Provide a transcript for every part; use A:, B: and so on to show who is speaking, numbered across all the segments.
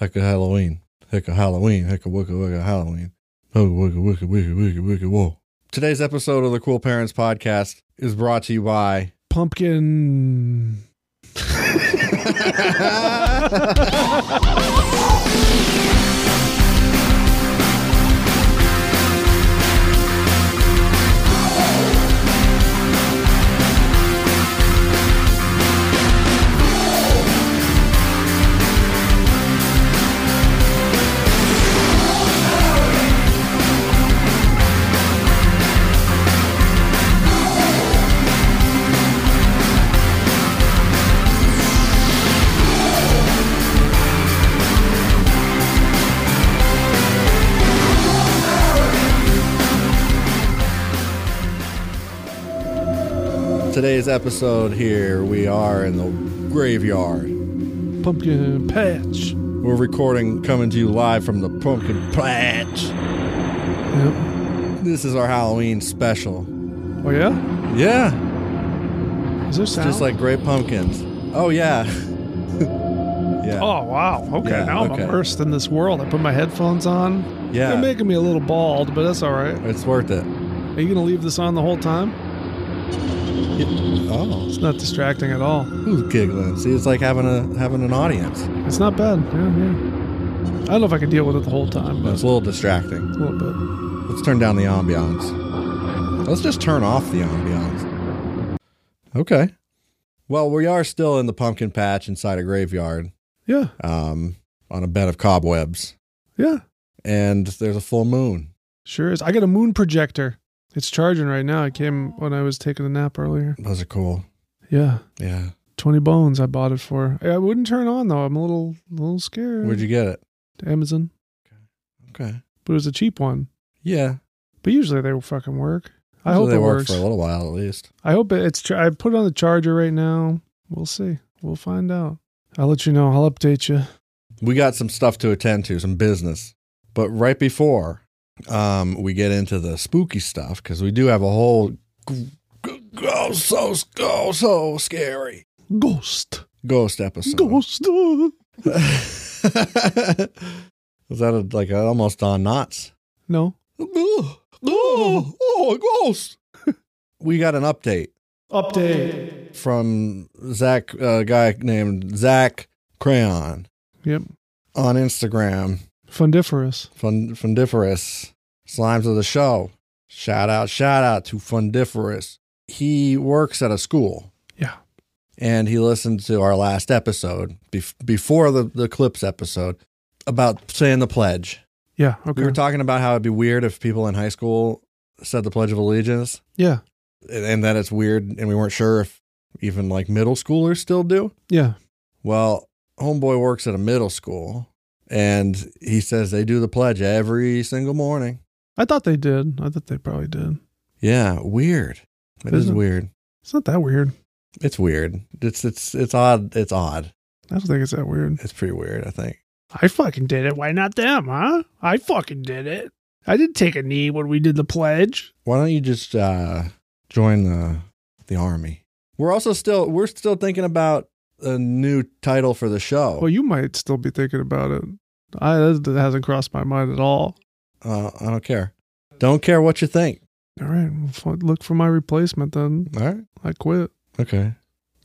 A: Hecka Halloween. Hecka Halloween. Hecka Wicka Wicka Halloween. Hecka Wicka Wicka Wicka Wicka Wicka Whoa. Today's episode of the Cool Parents Podcast is brought to you by.
B: Pumpkin.
A: Today's episode here, we are in the graveyard.
B: Pumpkin patch.
A: We're recording, coming to you live from the Pumpkin Patch.
B: Yep.
A: This is our Halloween special.
B: Oh yeah?
A: Yeah,
B: Is there sound?
A: Just like great pumpkins. Oh yeah. yeah.
B: Oh wow. Okay,
A: Yeah,
B: now I'm
A: okay.
B: immersed in this world. I put my headphones on. They're
A: yeah.
B: making me a little bald, but that's all right.
A: It's worth it.
B: Are you gonna leave this on the whole time?
A: Oh.
B: It's not distracting at all.
A: Who's giggling? See, it's like having a having an audience.
B: It's not bad. Yeah, yeah. I don't know if I could deal with it the whole time, but
A: It's a little distracting.
B: a little bit.
A: Let's turn down the ambiance. Let's just turn off the ambiance. Okay. Well, we are still in the pumpkin patch inside a graveyard,
B: Yeah,
A: um, on a bed of cobwebs.
B: yeah.
A: And there's a full moon.
B: Sure is. I got a moon projector. It's charging right now. It came when I was taking a nap earlier.
A: Those are cool.
B: Yeah.
A: Yeah.
B: 20 bones I bought it for. I wouldn't turn on though. I'm a little little scared.
A: Where'd you get it?
B: Amazon.
A: Okay.
B: But it was a cheap one.
A: Yeah.
B: But usually they will fucking work. I
A: So
B: hope
A: they
B: it
A: work
B: works.
A: for a little while at least.
B: I hope it, it's. Tra- I put it on the charger right now. We'll see. We'll find out. I'll let you know. I'll update you.
A: we got some stuff to attend to, some business. But right before um, we get into the spooky stuff, because we do have a whole g- g- oh so oh so scary
B: Ghost.
A: ghost episode.
B: Ghost.
A: Was that a, like almost on knots?
B: No.
A: Oh, oh, ghost! we got an update
B: Update.
A: from Zach, a guy named Zach Crayon.
B: Yep.
A: On Instagram,
B: Fundiferous.
A: Fun, Fundiferous, Slimes of the Show. Shout out, shout out to Fundiferous. He works at a school
B: Yeah.
A: and he listened to our last episode bef- before the, the Clips episode about saying the pledge.
B: Yeah. Okay.
A: We were talking about how it'd be weird if people in high school said the Pledge of Allegiance
B: yeah.
A: and, and that it's weird and we weren't sure if even like middle schoolers still do.
B: Yeah.
A: Well, Homeboy works at a middle school and he says they do the pledge every single morning.
B: I thought they did. I thought they probably did.
A: Yeah, weird. It is
B: Isn't it?
A: weird.
B: It's not that weird.
A: It's weird. It's it's it's odd. It's odd.
B: I don't think it's that weird.
A: It's pretty weird. I think.
B: I fucking did it. Why not them, huh? I fucking did it. I did take a knee when we did the pledge.
A: Why don't you just uh, join the the army? We're also still we're still thinking about a new title for the show.
B: Well, Oh, you might still be thinking about it. I that hasn't crossed my mind at all.
A: uh, I don't care. Don't care what you think.
B: All right, well, f- look for my replacement then.
A: All right.
B: I quit.
A: Okay.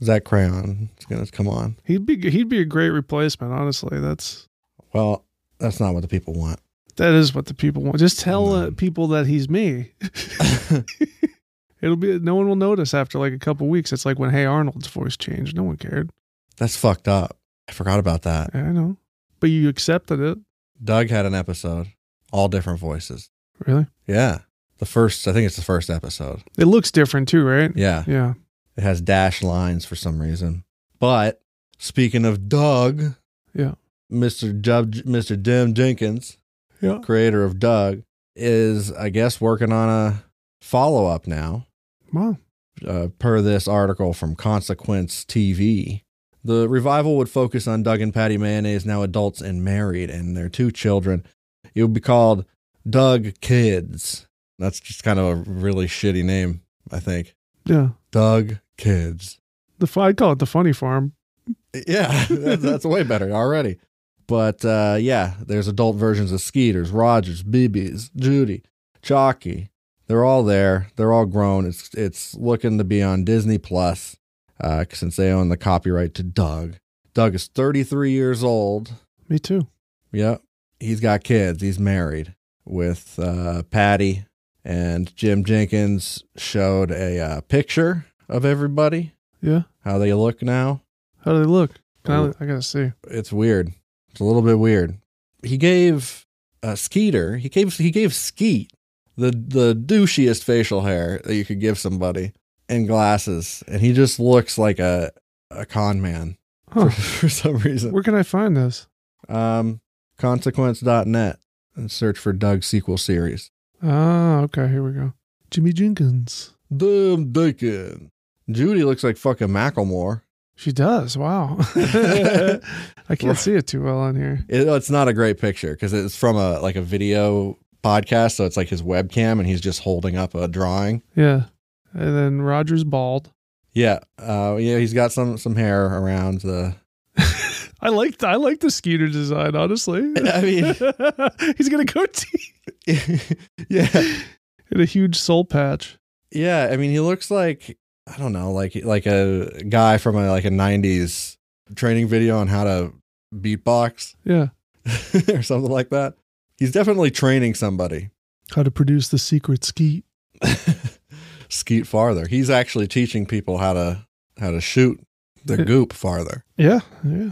A: Zach Crayon is gonna come on.
B: He'd be he'd be a great replacement. Honestly, that's
A: Well, that's not what the people want.
B: that is what the people want. Just tell uh,
A: No.
B: people that he's me. It'll be no one will notice after like a couple weeks. It's like when Hey Arnold's voice changed. No one cared.
A: that's fucked up. I forgot about that.
B: I know, but you accepted it.
A: Doug had an episode, all different voices.
B: Really,
A: Yeah. The first, I think it's the first episode.
B: it looks different too, right?
A: Yeah.
B: Yeah.
A: It has dash lines for some reason. But speaking of Doug,
B: Yeah.
A: Mr. Dub, Mr. Dim Jenkins,
B: Yeah.
A: creator of Doug, is, I guess, working on a follow up now,
B: Wow.
A: uh, per this article from Consequence TV. The revival would focus on Doug and Patty Mayonnaise, now adults and married, and their two children. It would be called Doug Kids. That's just kind of a really shitty name, I think.
B: Yeah.
A: Doug Kids.
B: The fu- I'd call it the funny farm.
A: Yeah, that's, that's way better already. But uh, yeah, there's adult versions of Skeeters, Rogers, BBs, Judy, Chalky. They're all there. They're all grown. It's it's looking to be on Disney Plus uh, since they own the copyright to Doug. Doug is 33 years old.
B: Me too.
A: Yep, he's got kids. He's married with uh, Patty, and Jim Jenkins showed a uh, picture of everybody,
B: Yeah.
A: how they look now.
B: How do they look? Can
A: Ooh.
B: I, I gotta see.
A: it's weird. It's a little bit weird. He gave uh, Skeeter. He gave he gave Skeet the the douchiest facial hair that you could give somebody and glasses, and he just looks like a a con man
B: Huh.
A: for, for some reason.
B: Where can I find this?
A: Um, consequence.net and search for Doug sequel series.
B: Ah, okay. Here we go. Jimmy Jenkins.
A: Damn Deacon. Judy looks like fucking Macklemore.
B: She does. Wow. I can't see it too well on here.
A: It, it's not a great picture because it's from a like a video podcast, so it's like his webcam, and he's just holding up a drawing.
B: Yeah. And then Roger's bald.
A: Yeah, uh, yeah, he's got some some hair around the.
B: I like I like the Skeeter design, honestly.
A: I mean,
B: He's gonna goatee
A: yeah,
B: and a huge soul patch.
A: yeah. I mean, he looks like I don't know, like like a guy from a, like a '90s training video on how to beatbox
B: Yeah.
A: or something like that. He's definitely training somebody.
B: How to produce the secret skeet.
A: Skeet farther. He's actually teaching people how to how to shoot the goop farther.
B: Yeah. Yeah.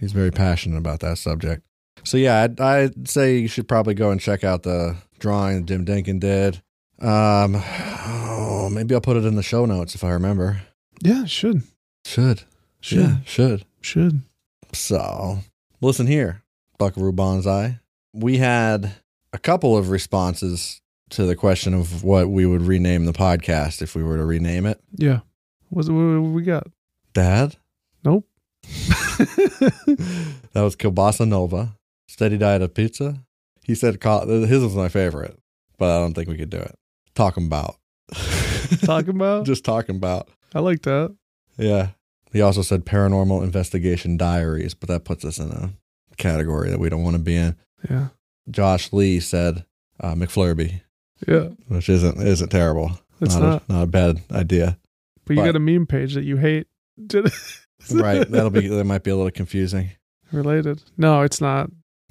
A: He's very passionate about that subject. So yeah, I'd, I'd say you should probably go and check out the drawing Jim Denkin did. Um, oh, maybe I'll put it in the show notes if I remember.
B: Yeah, should.
A: Should
B: Should.
A: yeah should.
B: Should.
A: So listen here, Buckaroo Banzai. We had a couple of responses to the question of what we would rename the podcast if we were to rename it.
B: Yeah. What's, what do we got?
A: Dad,
B: Nope.
A: that was Kielbasa Nova. Steady diet of pizza. He said co- his was my favorite, but I don't think we could do it. Talking about.
B: Talking about?
A: Just talking about.
B: I like that.
A: Yeah. He also said paranormal investigation diaries, but that puts us in a category that we don't want to be in.
B: Yeah.
A: Josh Lee said uh, McFlurby,
B: Yeah.
A: which isn't isn't terrible.
B: It's
A: not,
B: not.
A: A, not a bad idea.
B: but you
A: but-
B: got a meme page that you hate.
A: right. That'll be that might be a little confusing. Um,
B: related. No, it's not.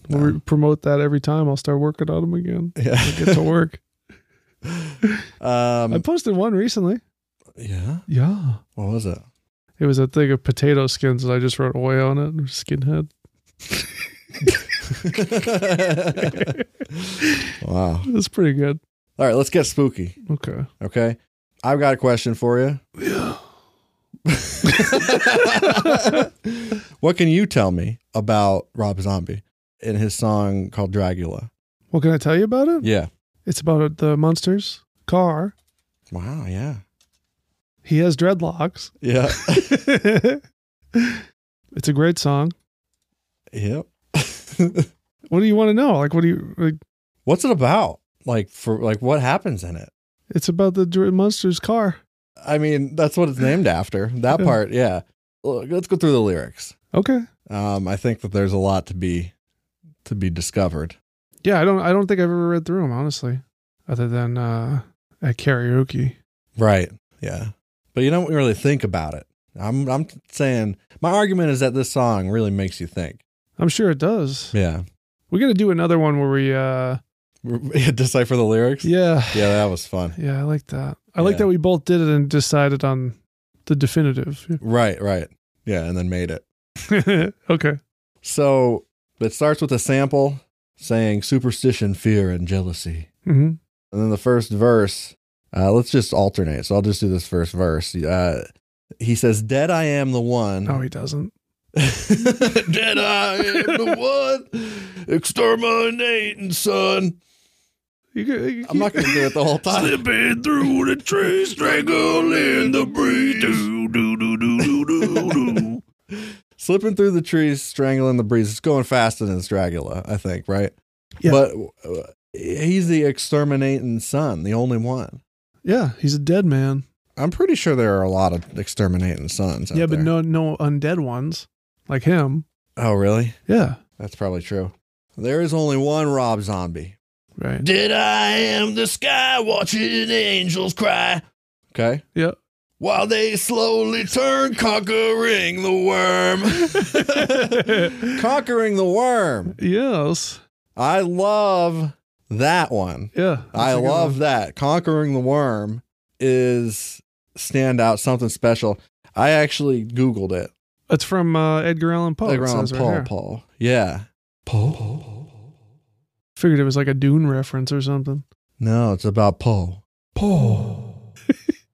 B: We'll
A: No.
B: re- promote that every time. I'll start working on them again.
A: Yeah.
B: I'll get to work. I
A: um,
B: posted one recently.
A: yeah.
B: Yeah.
A: What was it?
B: It was a thing of potato skins and I just wrote away on it. Skinhead.
A: wow.
B: That's pretty good.
A: All right, let's get spooky.
B: Okay.
A: Okay. I've got a question for you.
B: Yeah.
A: what can you tell me about Rob Zombie and his song called Dragula?
B: Well, can I tell you about it?
A: Yeah.
B: It's about the monster's car.
A: Wow. Yeah.
B: He has dreadlocks.
A: Yeah.
B: it's a great song.
A: yep.
B: What do you want to know? Like, what do you like?
A: What's it about? Like for like what happens in it?
B: It's about the dr- monster's car.
A: I mean, that's what it's named after. That
B: Yeah.
A: part, yeah. Look, let's go through the lyrics.
B: Okay.
A: Um, I think that there's a lot to be to be discovered.
B: Yeah, I don't. I don't think I've ever read through them honestly, other than uh, at karaoke.
A: Right. Yeah. But you don't really think about it. I'm I'm saying my argument is that this song really makes you think.
B: I'm sure it does.
A: Yeah.
B: We're gonna do another one where we. uh
A: Decipher the lyrics.
B: Yeah.
A: Yeah, that was fun.
B: Yeah, I like that. I like
A: Yeah.
B: that we both did it and decided on the definitive.
A: Right, right. Yeah, and then made it.
B: okay. Mm-hmm.
A: So it starts with a sample saying superstition, fear, and jealousy.
B: hmm
A: And then the first verse, uh, let's just alternate. So I'll just do this first verse. Uh, he says, Dead I am the one.
B: No, he doesn't.
A: Dead I am the one. Exterminating, son.
B: You, could- you,
A: I'm not going to do it the whole time.
B: Slipping through the tree, strangle in the breeze. Do, do, do, do, do, do, do.
A: Slipping through the trees, strangling the breeze. It's going faster than it's Dragula, I think, right?
B: Yeah.
A: But uh, he's the exterminating son, the only one.
B: Yeah, he's a dead man.
A: I'm pretty sure there are a lot of exterminating sons. Out
B: yeah, but
A: there.
B: no, no undead ones like him.
A: Oh, really?
B: Yeah.
A: That's probably true. There is only one Rob Zombie.
B: Right.
A: Did I am the sky watching angels cry? Okay.
B: Yep.
A: While they slowly turn conquering the worm. conquering the worm.
B: Yes.
A: I love that one.
B: Yeah.
A: I
B: That's a good
A: love
B: one.
A: that. Conquering the worm is standout, something special. I actually Googled it.
B: It's from uh, Edgar Allan Poe.
A: Edgar
B: it
A: Allan
B: says right
A: Poe,
B: here.
A: Poe. Yeah. Poe.
B: Figured it was like a Dune reference or something.
A: No, it's about Poe. Poe.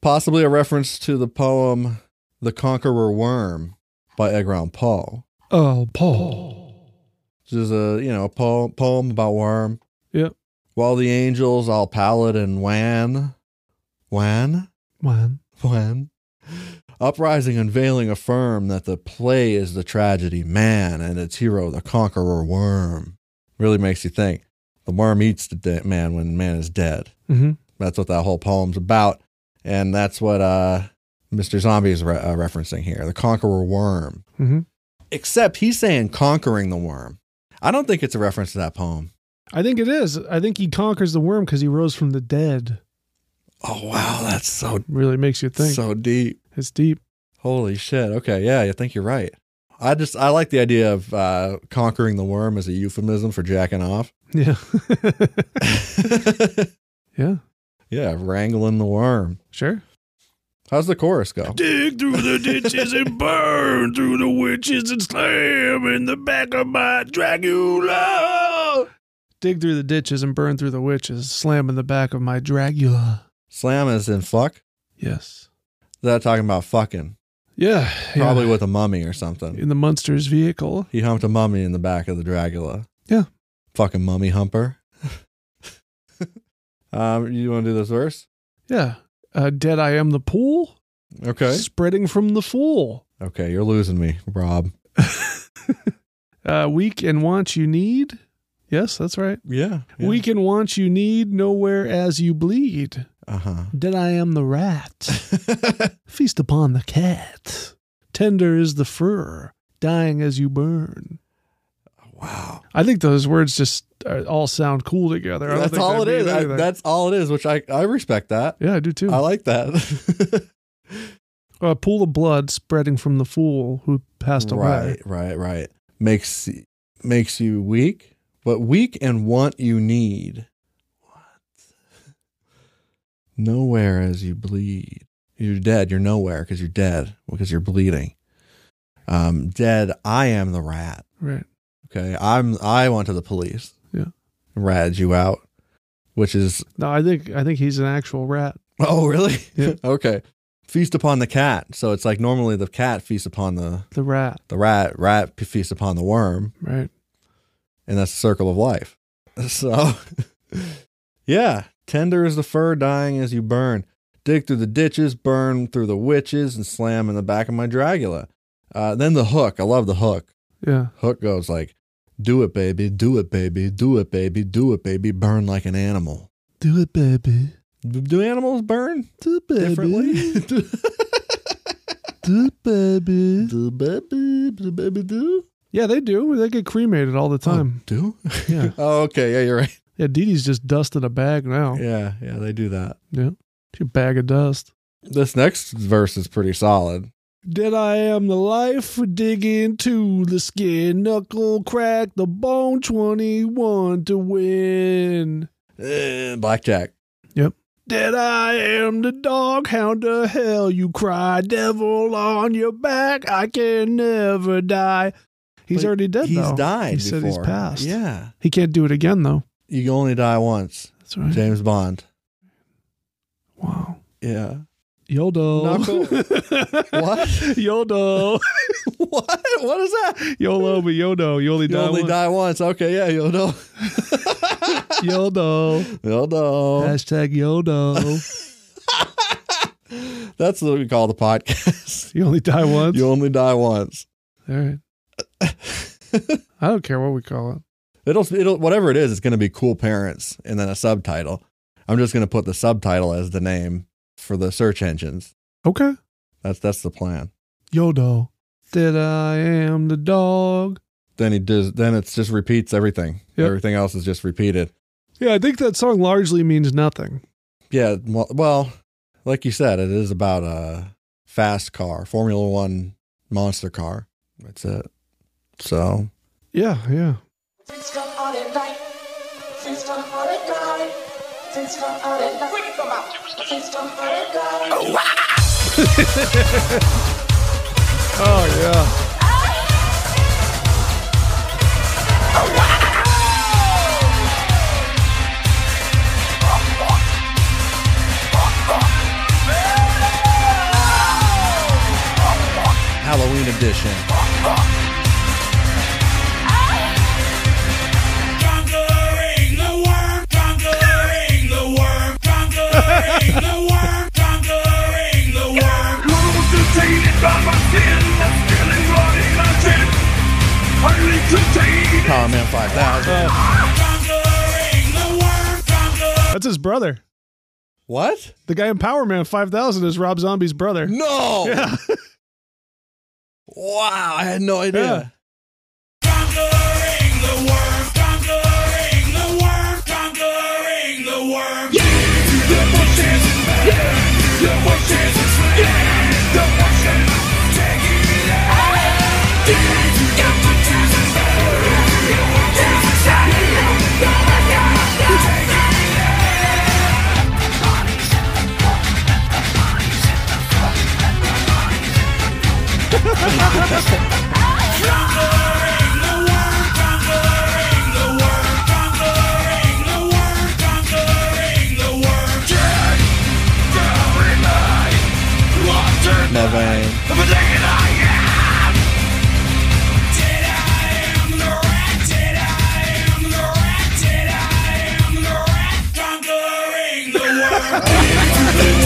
A: Possibly a reference to the poem The Conqueror Worm by Edgar Allan Poe,
B: Oh, Poe.
A: which is a, you know, a poem, poem about worm.
B: Yep.
A: While the angels all pallid and wan, wan,
B: Man.
A: When Uprising unveiling affirm that the play is the tragedy man and its hero the conqueror worm. Really makes you think. The worm eats the de- man when man is dead.
B: Mm-hmm.
A: That's what that whole poem's about, and that's what uh, Mr. Zombie is re- uh, referencing here: the conqueror worm.
B: Mm-hmm.
A: Except he's saying conquering the worm. I don't think it's a reference to that poem.
B: I think it is. I think he conquers the worm because he rose from the dead.
A: Oh wow, that's so
B: Really makes you think.
A: so deep.
B: it's deep.
A: Holy shit. Okay. Yeah, I think you're right. I just I like the idea of uh, conquering the worm as a euphemism for jacking off.
B: Yeah. yeah.
A: yeah, wrangling the worm.
B: Sure.
A: How's the chorus go?
B: Dig through the ditches and burn through the witches and slam in the back of my Dracula. Dig through the ditches and burn through the witches, slam in the back of my Dracula.
A: Slam is in fuck.
B: Yes.
A: That talking about fucking.
B: Yeah. yeah.
A: Probably with a mummy or something.
B: in the monster's vehicle.
A: He humped a mummy in the back of the Dracula.
B: Yeah.
A: Fucking mummy humper. um, you want to do this verse?
B: Yeah. Uh, dead I am the pool,
A: Okay.
B: spreading from the fool.
A: Okay, you're losing me, Rob.
B: Uh, weak and want you need. Yes, that's right.
A: Yeah.
B: Weak and want you need, nowhere as you bleed.
A: Uh
B: Dead I am the rat,
A: huh.
B: feast upon the cat. Tender is the fur, dying as you burn.
A: wow.
B: I think those words just are, all sound cool together. I don't
A: That's
B: think
A: all
B: that
A: it is.
B: means
A: I,
B: anything.
A: that's all it is, which I, I respect that.
B: yeah, I do too.
A: I like that.
B: a pool of blood spreading from the fool who passed away.
A: right, right, right. Makes makes you weak, but weak and want you need. What? Nowhere as you bleed. You're dead. You're nowhere because you're dead because you're bleeding. Um, dead. I am the rat.
B: Right.
A: Okay, I'm. I went to the police.
B: Yeah.
A: ratted you out, which is
B: No, I think I think he's an actual rat.
A: Oh, really?
B: Yeah.
A: okay. Feast upon the cat. So it's like normally the cat feasts upon the,
B: The rat,
A: the rat, rat p- feasts upon the worm,
B: right?
A: and that's the circle of life. So, yeah, tender is the fur dying as you burn. Dig through the ditches, burn through the witches, and slam in the back of my Dragula. Uh, then the hook. I love the hook.
B: Yeah.
A: Hook goes like, do it, baby, do it, baby, do it, baby, do it, baby, burn like an animal.
B: Do it, baby.
A: Do- Do animals burn
B: Do it, baby.
A: differently?
B: Do it, baby.
A: The baby, the baby do.
B: Yeah, they do. They get cremated all the time.
A: Oh, do?
B: Yeah.
A: Oh, okay. Yeah, you're right.
B: Yeah, Dee Dee's just dust in a bag now. Yeah.
A: Yeah, yeah, they do that.
B: She a bag of dust.
A: This next verse is pretty solid.
B: Dead I am the life, dig into the skin, knuckle crack the bone, 21 to win.
A: Eh, blackjack.
B: Dead I am the dog, how the hell you cry, devil on your back, I can never die. He's
A: But
B: already dead
A: he's
B: though.
A: died.
B: He said he's
A: before.
B: passed.
A: Yeah.
B: He can't do it again though.
A: You only die once.
B: That's right.
A: James Bond.
B: Wow.
A: Yeah.
B: Yodo.
A: Knuckle. What?
B: Yodo.
A: what? What is that?
B: YOLO, but Yodo. You only
A: You
B: die
A: only
B: once.
A: die once. Okay. Yeah. You'll know.
B: Yodo.
A: You'll know.
B: Hashtag Yodo.
A: That's what we call the podcast.
B: you only die once.
A: you only die once.
B: All right. I don't care what we call it.
A: It'll it'll whatever it is, it's gonna be cool parents and then a subtitle. I'm just gonna put the subtitle as the name for the search engines.
B: Okay.
A: That's that's the plan.
B: Yodo. That I am the dog.
A: then he does. Then it's just repeats everything.
B: Yep.
A: Everything else is just repeated.
B: Yeah, I think that song largely means nothing.
A: Yeah. Well, well, like you said, it is about a fast car, Formula One monster car. That's it. So
B: Yeah, yeah.
C: System on it night. System on it night. System on it night. Bring them out. System on it night. Oh.
B: Oh yeah.
A: Halloween edition.
D: Conquering the worm, conquering the worm, conquering the worm, conquering the worm.
E: Rules dictated by my sin, that's feeling bloody content. Only to take it.
A: Power Man Five Thousand.
D: Conquering the worm, conquering
B: That's his brother.
A: What?
B: The guy in Power Man 5000 is Rob Zombie's brother.
A: No.
B: Yeah.
A: Wow, I had no idea.
B: Yeah.
D: the worm, conquering the worm, conquering the worm. Conquering the worm, conquering the worm, conquering the worm, conquering the worm.
A: Nevin.
D: Did I am the rat? Did I am the rat? Did I am the rat? Conquering the worm.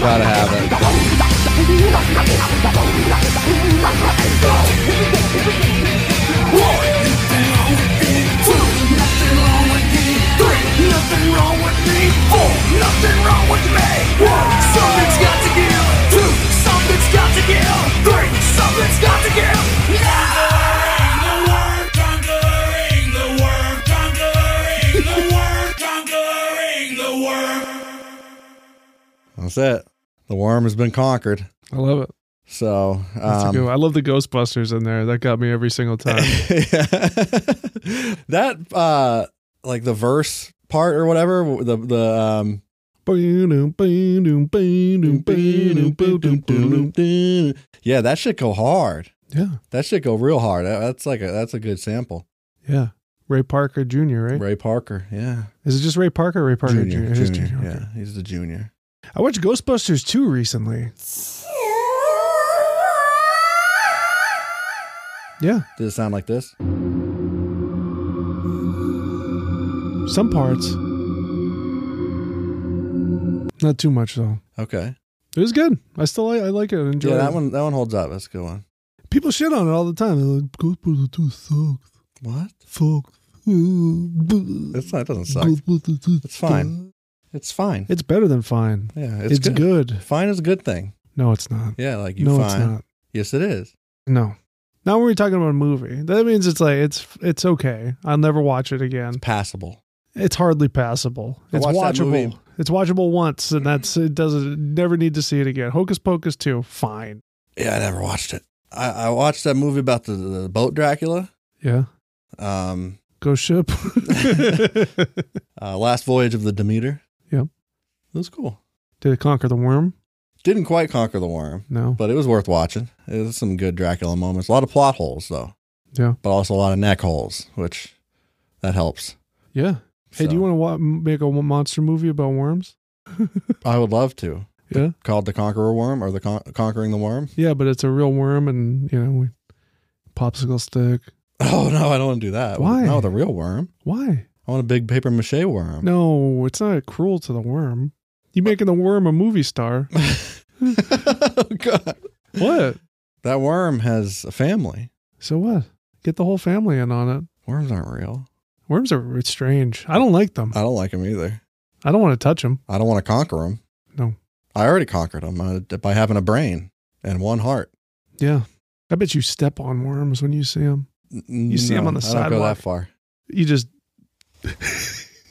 A: Gotta have it.
E: Nothing wrong with me. Four, nothing wrong with me. One, something's got to give. Two, something's got to give. Three, something's got to give.
D: Conquering the worm. Conquering the worm. Conquering the worm. Conquering the worm.
A: That's it. The worm has been conquered.
B: I love it.
A: So
B: That's a good
A: um,
B: one. I love the Ghostbusters in there. That got me every single time.
A: that uh like the verse part or whatever the the um
B: yeah.
A: yeah that shit go hard that shit go real hard That- that's like a that's a good sample
B: Yeah. Ray Parker Jr., right?
A: ray parker yeah
B: Is it just Ray Parker or Ray Parker Jr.?
A: junior,
B: It is
A: junior,
B: Jr., okay.
A: yeah he's the junior
B: I watched Ghostbusters 2 recently. Yeah.
A: does it sound like this
B: Some parts. Not too much though.
A: okay
B: It was good. I still like I like it. I enjoy
A: yeah
B: it.
A: that one that one holds up that's a good one
B: People shit on it all the time. They're like, Ghostbusters 2 sucks.
A: what
B: Fuck.
A: it's
B: It's
A: not, it doesn't suck It's fine. it's fine
B: It's better than fine.
A: yeah
B: It's, good.
A: fine is a good thing
B: No, it's not.
A: yeah like you
B: no,
A: fine
B: it's not.
A: yes it is
B: No. Now we're talking about a movie. That means it's like it's it's okay. I'll never watch it again.
A: passable
B: It's hardly passable.
A: I
B: It's
A: watched that movie.
B: watchable. It's watchable once, and that's it. Doesn't never need to see it again. Hocus Pocus two, fine.
A: Yeah, I never watched it. I, I watched that movie about the, the boat Dracula,
B: Yeah,
A: um,
B: Ghost Ship. Did
A: uh, Last Voyage of the Demeter.
B: Yep.
A: It was cool.
B: it conquer the worm?
A: Didn't quite conquer the worm,
B: No.
A: but it was worth watching. It was some good Dracula moments. A lot of plot holes, though.
B: Yeah.
A: But also a lot of neck holes, which that helps.
B: Yeah. Hey, do you
A: So,
B: want to wa- make a monster movie about worms?
A: I would love to.
B: Yeah.
A: Called The Conqueror Worm or The Con- Conquering the Worm.
B: Yeah, but it's a real worm, and you know, we, popsicle stick.
A: Oh, no, I don't want to do that.
B: Why?
A: Not with a real worm.
B: Why?
A: I want a big paper mache worm.
B: No, it's not cruel to the worm. You making the worm a movie star?
A: oh, God.
B: What?
A: That worm has a family.
B: So what? Get the whole family in on it.
A: Worms aren't real.
B: Worms are strange. I don't like them.
A: I don't like them either.
B: I don't want to touch them.
A: I don't want to conquer them.
B: No.
A: I already conquered them uh, by having a brain and one heart.
B: Yeah. I bet you step on worms when you see them.
A: You
B: see 'em on the
A: I don't go
B: sidewalk.
A: that far.
B: You just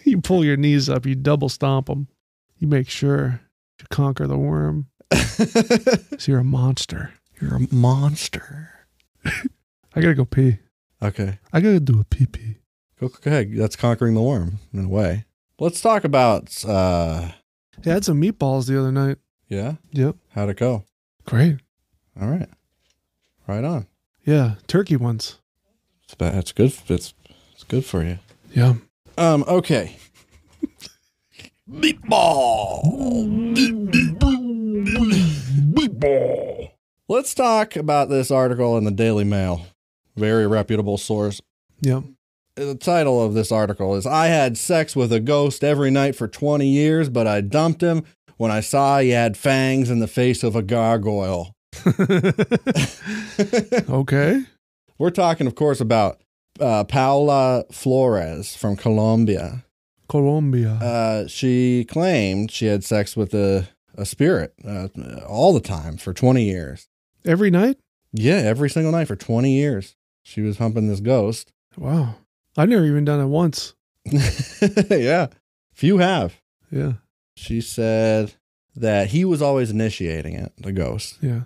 B: you pull your knees up, you double stomp them. You make sure to conquer the worm. So you're a monster.
A: You're a monster.
B: I got to go pee.
A: Okay.
B: I got to do a pee pee.
A: Go, go ahead. That's conquering the worm in a way. Let's talk about, uh,
B: Yeah, I had some meatballs the other night.
A: yeah,
B: Yep.
A: how'd it go?
B: Great.
A: All right. Right on.
B: Yeah, turkey ones.
A: It's, ba- it's good. It's, it's good for you.
B: Yeah.
A: Um, okay. Meatball. Meatball. Let's talk about this article in the Daily Mail. Very reputable source.
B: Yep.
A: The title of this article is I had sex with a ghost every night for 20 years, but I dumped him when I saw he had fangs in the face of a gargoyle.
B: okay.
A: We're talking, of course, about uh, Paula Flores from Colombia.
B: Colombia.
A: Uh, she claimed she had sex with a, a spirit uh, all the time for 20 years.
B: Every night?
A: Yeah, every single night for 20 years. She was humping this ghost.
B: Wow. I've never even done it once.
A: yeah, few have.
B: Yeah.
A: She said that he was always initiating it, the ghost.
B: Yeah.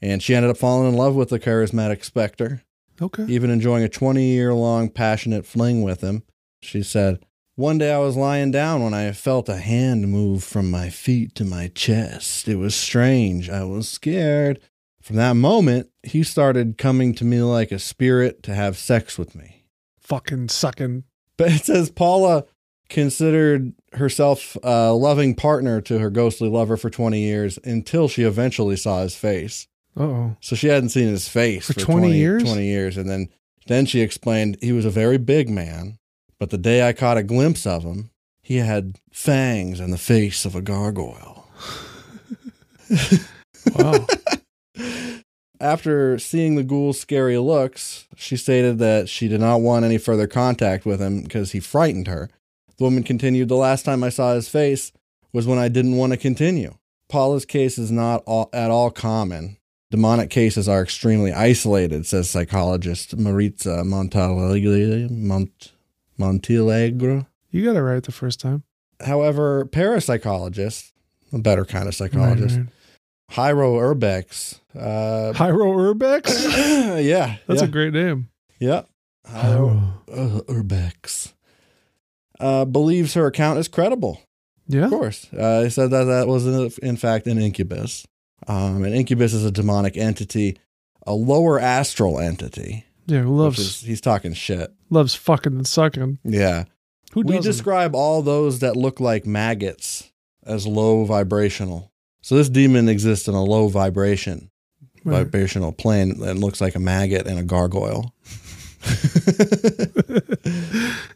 A: And she ended up falling in love with the charismatic specter,
B: Okay.
A: even enjoying a 20 year long passionate fling with him. She said, One day I was lying down when I felt a hand move from my feet to my chest. It was strange. I was scared. From that moment, he started coming to me like a spirit to have sex with me.
B: Fucking sucking.
A: But it says Paula considered herself a loving partner to her ghostly lover for 20 years until she eventually saw his face.
B: Uh oh.
A: So she hadn't seen his face
B: For 20 years?
A: 20 years. And then, then she explained he was a very big man, but the day I caught a glimpse of him, he had fangs and the face of a gargoyle.
B: Wow.
A: After seeing the ghoul's scary looks, she stated that she did not want any further contact with him because he frightened her. The woman continued, The last time I saw his face was when I didn't want to continue. Paula's case is not all, at all common. Demonic cases are extremely isolated, says psychologist Maritza Montalegre. Mont, Montalegre.
B: you got it right the first time.
A: However, parapsychologists, a better kind of psychologist,
B: Right,
A: Hyro Urbex, uh,
B: right. Hyro Urbex?
A: yeah,
B: That's
A: yeah.
B: a great name.
A: Yep. Uh, Urbex. Uh, believes her account is credible.
B: Yeah.
A: Of course. Uh, he said that that was, in, in fact, an incubus. Um, an incubus is a demonic entity, a lower astral entity.
B: Yeah. Who
A: which
B: loves
A: is- he's talking shit.
B: loves fucking and sucking.
A: Yeah.
B: Who
A: we
B: doesn't?
A: describe all those that look like maggots as low vibrational. So this demon exists in a low vibration,
B: Right.
A: vibrational plane and looks like a maggot and a gargoyle.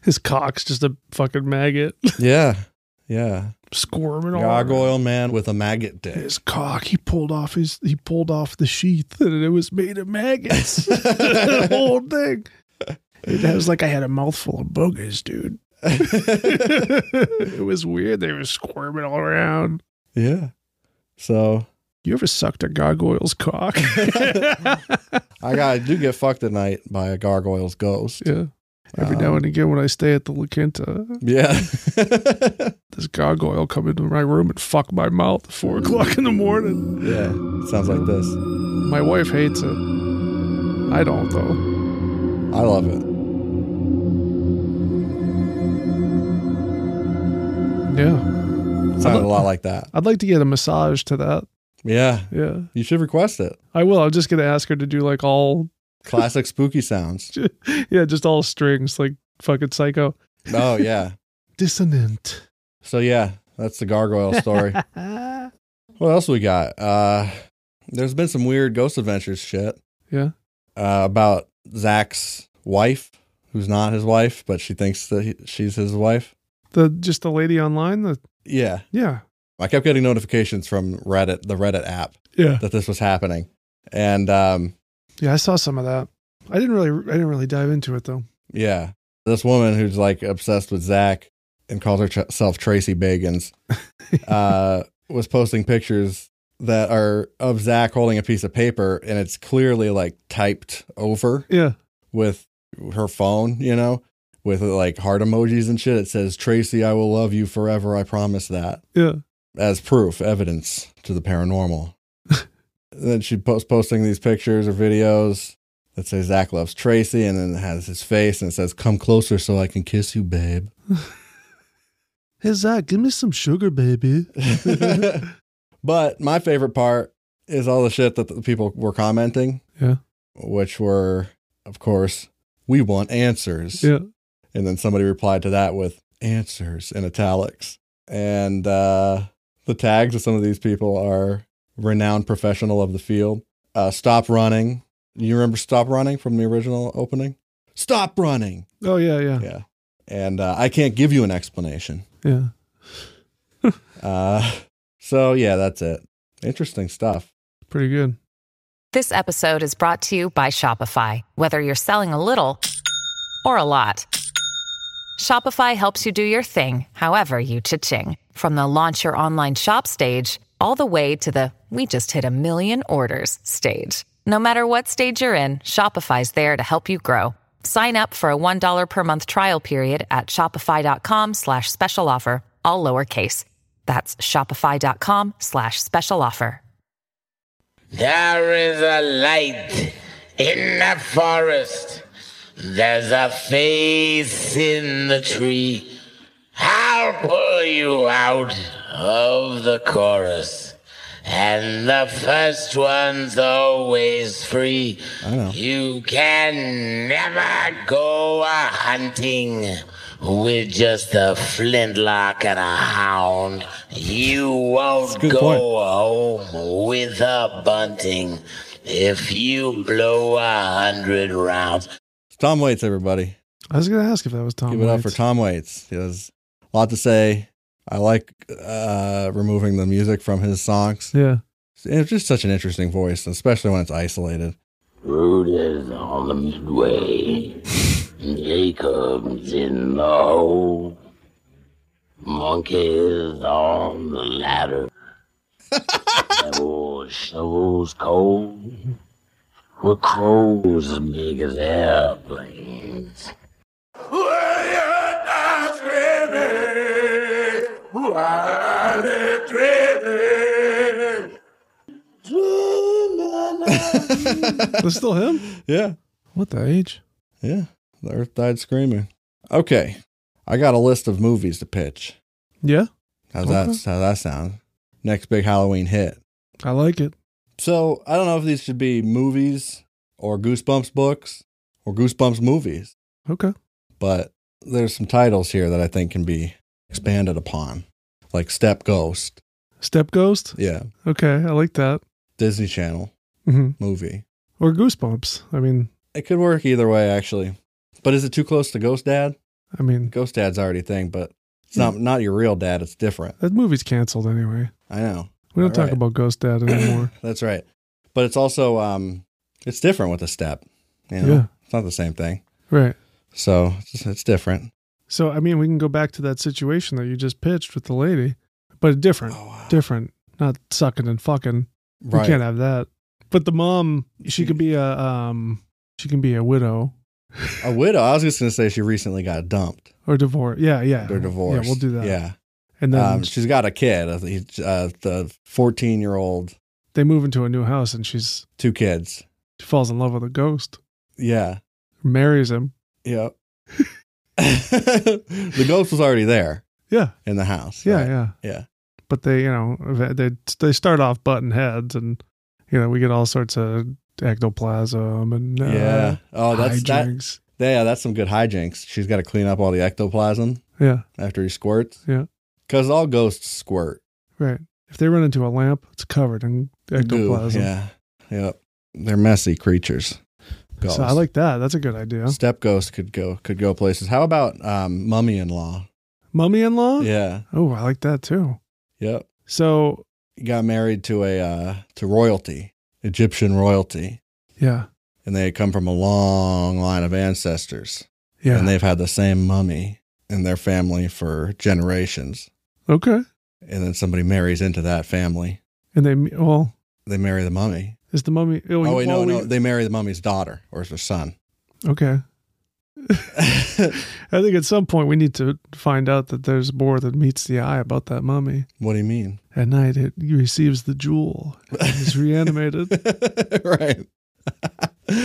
B: His cock's just a fucking maggot
A: yeah. Yeah.
B: squirming all around.
A: Gargoyle man with a maggot dick.
B: His cock. He pulled off his. He pulled off the sheath, and it was made of maggots. the whole thing. That was like I had a mouthful of boogers, dude. it was weird. They were squirming all around.
A: yeah. So
B: You ever sucked a gargoyle's cock?
A: I got I do get fucked at night by a gargoyle's ghost.
B: yeah. Every now and again, when I stay at the La Quinta,
A: Yeah.
B: this gargoyle come into my room and fuck my mouth at four o'clock in the morning.
A: yeah. Sounds like this.
B: My wife hates it. I don't though.
A: I love it.
B: Yeah.
A: Sounded a lot like that.
B: I'd like to get a massage to that.
A: Yeah.
B: Yeah.
A: You should request it.
B: I will. I'm just going to ask her to do like all,
A: Classic spooky sounds.
B: yeah, just all strings, like fucking psycho.
A: Oh yeah.
B: Dissonant.
A: So yeah, that's the gargoyle story. what else we got? Uh there's been some weird ghost adventures shit.
B: Yeah.
A: Uh, about Zach's wife, who's not his wife, but she thinks that he, she's his wife.
B: The just the lady online. The
A: Yeah.
B: yeah.
A: I kept getting notifications from Reddit, the Reddit app,
B: Yeah.
A: that this was happening. And um,
B: Yeah, I saw some of that. I didn't really, I didn't really dive into it though.
A: yeah, this woman who's like obsessed with Zach and calls herself Tracy Bagans uh, was posting pictures that are of Zach holding a piece of paper and it's clearly like typed over
B: Yeah,
A: with her phone, you know, with like heart emojis and shit. It says, Tracy, I will love you forever. I promise that
B: yeah.
A: as proof, evidence to the paranormal. then she post posting these pictures or videos that say Zach loves Tracy and then it has his face and it says, Come closer so I can kiss you, babe.
B: Hey Zach, give me some sugar, baby.
A: but my favorite part is all the shit that the people were commenting.
B: Yeah.
A: Which were, of course, we want answers.
B: Yeah,
A: And then somebody replied to that with answers in italics. And uh, the tags of some of these people are renowned professional of the field. Uh, stop running. You remember Stop Running from the original opening? Stop running.
B: Oh yeah, yeah,
A: Yeah. And uh, I can't give you an explanation.
B: yeah.
A: Uh, so, yeah, that's it. Interesting stuff.
B: Pretty good.
F: This episode is brought to you by Shopify. Whether you're selling a little or a lot, Shopify helps you do your thing, however you cha-ching. From the launch your online shop stage, all the way to the we just hit a million orders stage. No matter what stage you're in, Shopify's there to help you grow. Sign up for a $1 per month trial period at shopify.com slash special offer, all lowercase. That's shopify.com slash special offer.
G: There is a light in the forest. There's a face in the tree. I'll pull you out of the chorus. And the first one's always free.
A: I know.
G: You can never go a hunting with just a flintlock and a hound. You won't
A: good
G: go
A: point.
G: home with a bunting if you blow a hundred rounds.
A: It's Tom Waits, everybody.
B: I was gonna ask if that was Tom.
A: Give it up for
B: Waits.
A: Tom Waits. He has a lot to say. I like uh, removing the music from his songs.
B: Yeah,
A: It's just such an interesting voice, especially when it's isolated.
G: Rude is on the midway. Jacob's in the hole. Monkey is on the ladder. Devil shovels coal. We're crows as big as airplanes.
B: that's still him.
A: Yeah.
B: What the age?
A: Yeah. The earth died screaming. Okay. I got a list of movies to pitch.
B: Yeah,
A: How's
B: Okay.
A: that how that sound? Next big Halloween hit.
B: I like it.
A: So I don't know if these should be movies or Goosebumps books or Goosebumps movies,
B: Okay.
A: but there's some titles here that I think can be expanded upon. Like Step Ghost.
B: Step Ghost.
A: Yeah.
B: Okay, I like that.
A: Disney Channel
B: hmm
A: movie.
B: Or Goosebumps. I mean,
A: It could work either way actually. But is it too close to Ghost Dad?
B: I mean
A: Ghost Dad's already a thing, but it's
B: Hmm.
A: not not your real dad, it's different.
B: that movie's canceled anyway.
A: I know.
B: We don't
A: All
B: talk
A: right.
B: about Ghost Dad anymore.
A: That's right. But it's also um it's different with a step. You know?
B: Yeah.
A: It's not the same thing.
B: right.
A: So it's, it's different.
B: So I mean, we can go back to that situation that you just pitched with the lady, but different,
A: Oh, wow.
B: different. Not sucking and fucking. You
A: Right.
B: can't have that. But the mom, she could be a um, she can be a widow
A: A widow. I was just gonna say she recently got dumped.
B: or divorced. Yeah, yeah.
A: They're divorced.
B: Yeah, we'll do that.
A: Yeah.
B: And then
A: Um, she's got a kid. Uh, he's, uh, the fourteen year old,
B: they move into a new house, and she's
A: two kids.
B: she falls in love with a ghost,
A: Yeah.
B: marries him.
A: Yep. the ghost was already there
B: Yeah,
A: in the house.
B: yeah,
A: right?
B: yeah.
A: Yeah.
B: But they, you know, they they start off button heads, and you know we get all sorts of ectoplasm and uh,
A: Yeah. Oh, that's that.
B: hijinks.
A: Yeah, that's some good hijinks. She's got to clean up all the ectoplasm
B: Yeah,
A: after he squirts.
B: Yeah.
A: Because all ghosts squirt.
B: right. If they run into a lamp, it's covered in ectoplasm.
A: Goo, Yeah. Yep. They're messy creatures. Ghosts.
B: So I like that. That's a good idea.
A: step ghost could go could go places. How about um, mummy in law?
B: Mummy in law?
A: Yeah.
B: Oh, I like that too.
A: Yep.
B: So
A: He got married to a uh, to royalty. Egyptian royalty,
B: Yeah.
A: and they come from a long line of ancestors,
B: Yeah.
A: and they've had the same mummy in their family for generations.
B: okay.
A: And then somebody marries into that family.
B: And they well
A: They marry the mummy.
B: is the mummy. Oh,
A: Oh, wait, no,
B: well, we-
A: no, they marry the mummy's daughter or her son.
B: Okay. I think at some point we need to find out that there's more than meets the eye about that mummy.
A: what do you mean?
B: At night, it receives the jewel and is reanimated.
A: right.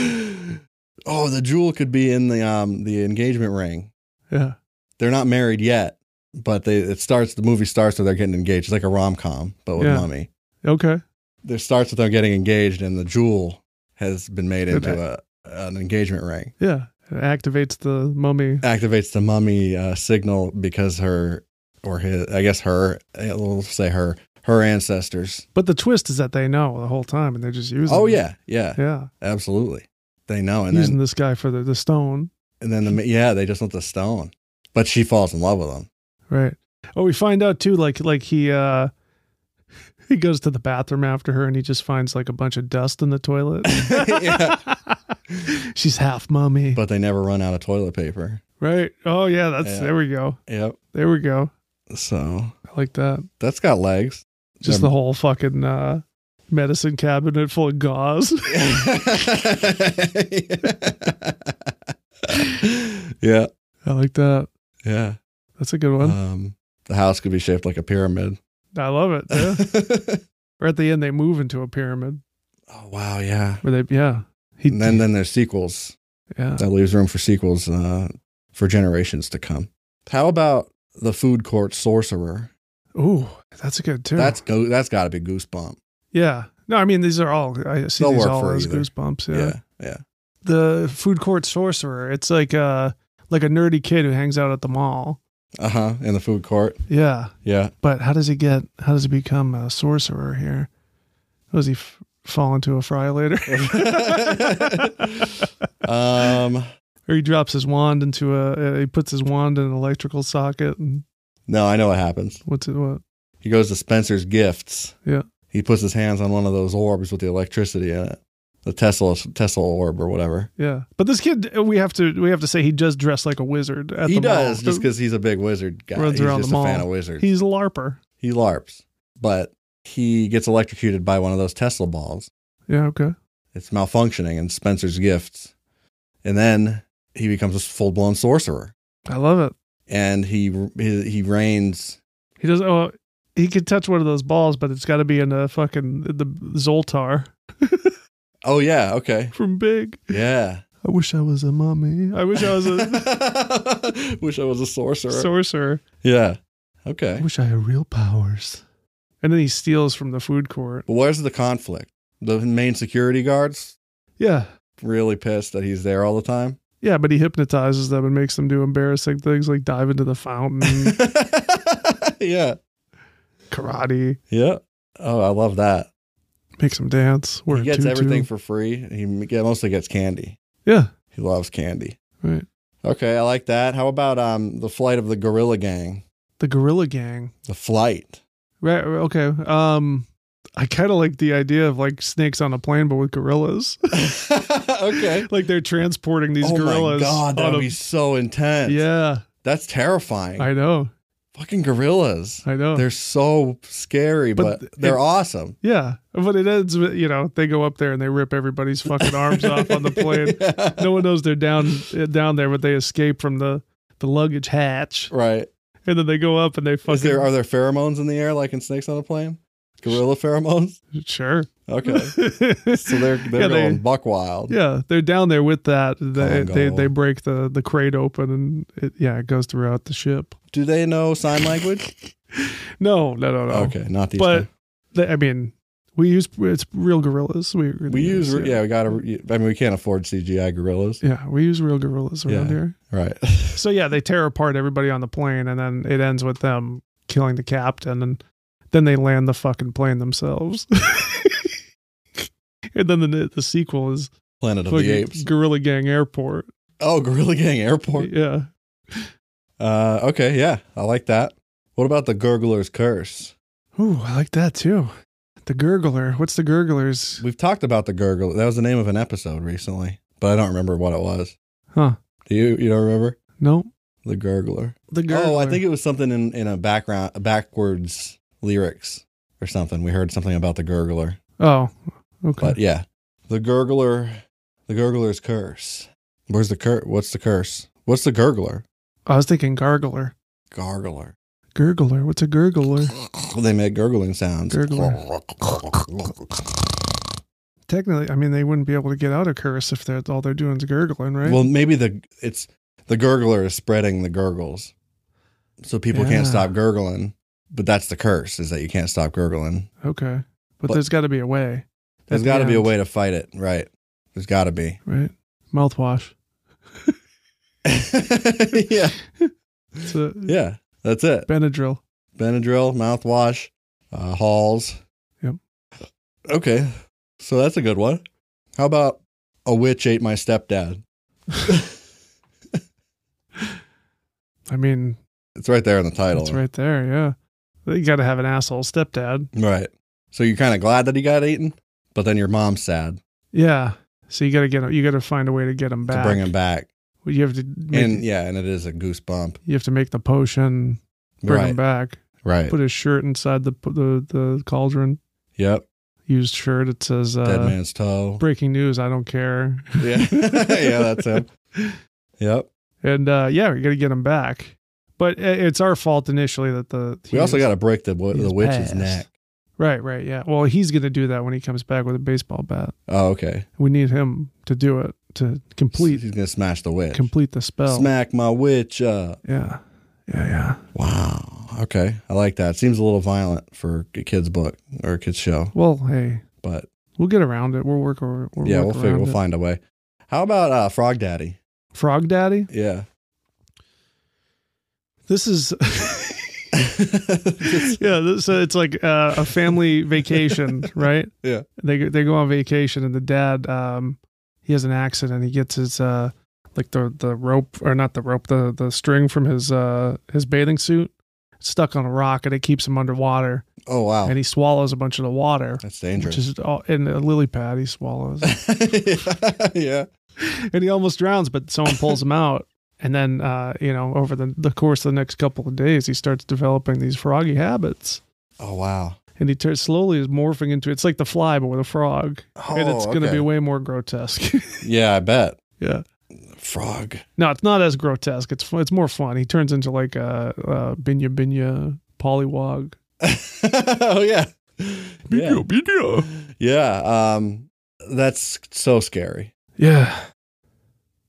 A: oh, the jewel could be in the um the engagement ring.
B: Yeah.
A: They're not married yet, but they it starts the movie starts with they're getting engaged. It's like a rom com, but with
B: Yeah.
A: mummy.
B: Okay.
A: It starts with them getting engaged, and the jewel has been made into
B: Okay.
A: a an engagement ring.
B: Yeah. It activates the mummy.
A: Activates the mummy uh, signal because her or his, I guess her, eh, we'll say her, her ancestors.
B: But the twist is that they know the whole time and they're just using
A: Oh
B: it.
A: yeah, yeah,
B: Yeah.
A: absolutely. They know, and
B: using
A: then
B: this guy for the, the stone.
A: and then the yeah, they just want the stone, but she falls in love with him.
B: Mm-hmm. Right. Oh, we find out too, like like he uh he goes to the bathroom after her and he just finds like a bunch of dust in the toilet.
A: Yeah.
B: She's half mummy.
A: But they never run out of toilet paper.
B: right. Oh yeah, that's
A: Yeah.
B: there we go.
A: Yep.
B: There we go.
A: So
B: I like that.
A: that's got legs.
B: Just
A: They're-
B: the whole fucking uh medicine cabinet full of gauze.
A: yeah.
B: I like that.
A: Yeah.
B: That's a good one.
A: Um, the house could be shaped like a pyramid.
B: I love it. Yeah.
A: oh
B: or at the end they move into a pyramid
A: wow, yeah.
B: where they yeah. He
A: And then then there's sequels.
B: yeah.
A: That leaves room for sequels uh, for generations to come. How about the food court sorcerer?
B: Ooh, that's a good too.
A: That's go that's gotta be goosebump.
B: Yeah. No, I mean these are all I see
A: They'll
B: these
A: work
B: all
A: for
B: as
A: either.
B: goosebumps. Yeah.
A: Yeah. Yeah.
B: The food court sorcerer. It's like a like a nerdy kid who hangs out at the mall.
A: Uh huh. In the food court.
B: Yeah.
A: Yeah.
B: But how does he get? How does he become a sorcerer here? Does he f- fall into a fry later?
A: Um
B: or he drops his wand into a. Uh, he puts his wand in an electrical socket and
A: no, I know what happens.
B: what's it? What?
A: He goes to Spencer's Gifts.
B: Yeah.
A: He puts his hands on one of those orbs with the electricity in it, the Tesla Tesla orb or whatever.
B: Yeah. But this kid, we have to we have to say he does dress like a wizard. At
A: he
B: the
A: does
B: mall.
A: just because he's a big wizard guy.
B: Runs
A: he's
B: around
A: just
B: the
A: a
B: mall.
A: fan of wizards.
B: He's a larper.
A: he larps, but he gets electrocuted by one of those Tesla balls.
B: Yeah. Okay.
A: It's malfunctioning in Spencer's Gifts, and then he becomes a full blown sorcerer,
B: I love it.
A: and he he, he reigns.
B: He doesn't. Oh, he could touch one of those balls, but it's got to be in the fucking the Zoltar
A: Oh yeah, okay,
B: from Big.
A: yeah.
B: I wish I was a mummy. I wish I was a
A: Wish I was a sorcerer.
B: sorcerer.
A: yeah.
B: I
A: Okay.
B: wish I had real powers. And then he steals from the food court.
A: But where's the conflict? The main security guards
B: Yeah,
A: really pissed that he's there all the time.
B: yeah, but he hypnotizes them and makes them do embarrassing things like dive into the fountain,
A: yeah.
B: karate,
A: Yeah. Oh, I love that.
B: makes them dance. Wear
A: He
B: a
A: gets
B: tutu.
A: everything for free. He m- get- mostly gets candy.
B: yeah,
A: He loves candy.
B: right.
A: Okay, I like that. How about um the flight of the gorilla gang?
B: The gorilla gang.
A: The flight.
B: Right. right, Okay. Um, I kind of like the idea of like snakes on a plane, but with gorillas.
A: okay.
B: like they're transporting these
A: oh
B: gorillas.
A: my god, that
B: on
A: would
B: a-
A: be so intense.
B: yeah,
A: That's terrifying.
B: I know,
A: Fucking gorillas.
B: I know.
A: They're so scary, but,
B: But th-
A: they're
B: it-
A: awesome.
B: yeah, but it ends with you know they go up there and they rip everybody's fucking arms off on the plane. No one knows they're down uh, down there, but they escape from the the luggage hatch,
A: Right.
B: and then they go up and they fucking.
A: Is there are there pheromones in the air like in snakes on a plane? Gorilla pheromones?
B: sure.
A: Okay. So they're they're
B: Yeah, they-
A: going buck wild.
B: Yeah, they're down there with that. They,
A: Congo.
B: they they break the the crate open and it, yeah, it goes throughout the ship.
A: Do they know sign language?
B: No, no, no, no.
A: okay, not these.
B: but
A: two.
B: the, I mean, we use it's real gorillas. We
A: we use yeah, we got to. I mean, we can't afford CGI gorillas,
B: yeah, we use real gorillas around
A: Yeah.
B: here.
A: right?
B: So yeah, they tear apart everybody on the plane, and then it ends with them killing the captain, and then they land the fucking plane themselves. and then the the sequel is
A: Planet of
B: fucking
A: the Apes.
B: Gorilla Gang Airport.
A: Oh, Gorilla Gang Airport.
B: Yeah,
A: Uh, okay, yeah, I like that. What about the Gurgler's Curse?
B: ooh, I like that too. The gurgler. What's the gurglers?
A: We've talked about the gurgle. That was the name of an episode recently, but I don't remember what it was.
B: Huh?
A: Do you? You don't remember
B: No.
A: the gurgler?
B: The gurgler.
A: Oh, I think it was something in in a background backwards lyrics or something. We heard something about the gurgler,
B: Oh. Okay.
A: but yeah, the gurgler, the gurgler's curse. Where's the cur? What's the curse? What's the gurgler?
B: I was thinking gargler.
A: Gargler.
B: Gurgler. What's a gurgler?
A: They make gurgling sounds.
B: Gurgler. Technically, I mean, they wouldn't be able to get out a curse if they're, all they're doing is gurgling, right?
A: Well, maybe the it's the gurgler is spreading the gurgles, so people can't
B: Yeah.
A: stop gurgling. But that's the curse is that you can't stop gurgling.
B: okay. But,
A: but-
B: there's got to be a way.
A: There's
B: At the
A: got to be a
B: end,
A: way to fight it, right? There's got to be.
B: Right? Mouthwash.
A: yeah,
B: It's a
A: yeah, that's it.
B: Benadryl.
A: Benadryl, mouthwash, uh, Halls.
B: Yep.
A: Okay, so that's a good one. How about a witch ate my stepdad?
B: I mean,
A: It's right there in the title.
B: it's right there. Yeah. You got to have an asshole stepdad.
A: Right. So you're kind of glad that he got eaten, but then your mom's sad
B: Yeah. So you got to get you got to find a way to get him back.
A: to bring him back.
B: You have to make,
A: And yeah, and it is a goosebump.
B: you have to make the potion, bring
A: right.
B: him back,
A: Right.
B: put his shirt inside the the, the cauldron.
A: yep.
B: Used shirt. It says
A: Dead
B: uh,
A: man's toe.
B: breaking news. I don't care.
A: yeah. yeah, that's him. Yep.
B: And uh, yeah, we got to get him back. But i- it's our fault initially that the
A: We also
B: he's-
A: got to break the
B: he
A: the
B: is
A: witch's
B: passed.
A: neck.
B: right, right, yeah. Well, he's gonna do that when he comes back with a baseball bat.
A: Oh, okay.
B: We need him to do it to complete
A: He's gonna smash the witch.
B: complete the spell.
A: Smack my witch up.
B: Yeah, yeah, yeah.
A: Wow. Okay. I like that. Seems a little violent for a kid's book or a kid's show,
B: Well, hey,
A: but
B: we'll get around it. We'll work. We'll we'll
A: yeah,
B: work
A: we'll figure,
B: around
A: we'll
B: it.
A: find a way. How about uh, Frog Daddy?
B: Frog Daddy.
A: Yeah.
B: This is yeah. This, so it's like uh, a family vacation, right?
A: Yeah.
B: They they go on vacation, and the dad um he has an accident. He gets his uh like the the rope or not the rope the the string from his uh his bathing suit stuck on a rock, and it keeps him underwater.
A: Oh wow,
B: And he swallows a bunch of the water,
A: that's
B: which
A: dangerous.
B: is all in a lily pad. He swallows,
A: yeah.
B: and he almost drowns, but someone pulls him out. And then, uh, you know, over the, the course of the next couple of days, he starts developing these froggy habits.
A: Oh wow.
B: and he turns slowly is morphing into it's like the fly but with a frog and it's
A: Oh,
B: going to be way more grotesque
A: Yeah, I bet.
B: yeah
A: Frog.
B: no it's not as grotesque it's fu- it's more fun he turns into like a, a binya binya polywog
A: oh yeah. Yeah.
B: binya
A: yeah. Um that's so scary.
B: yeah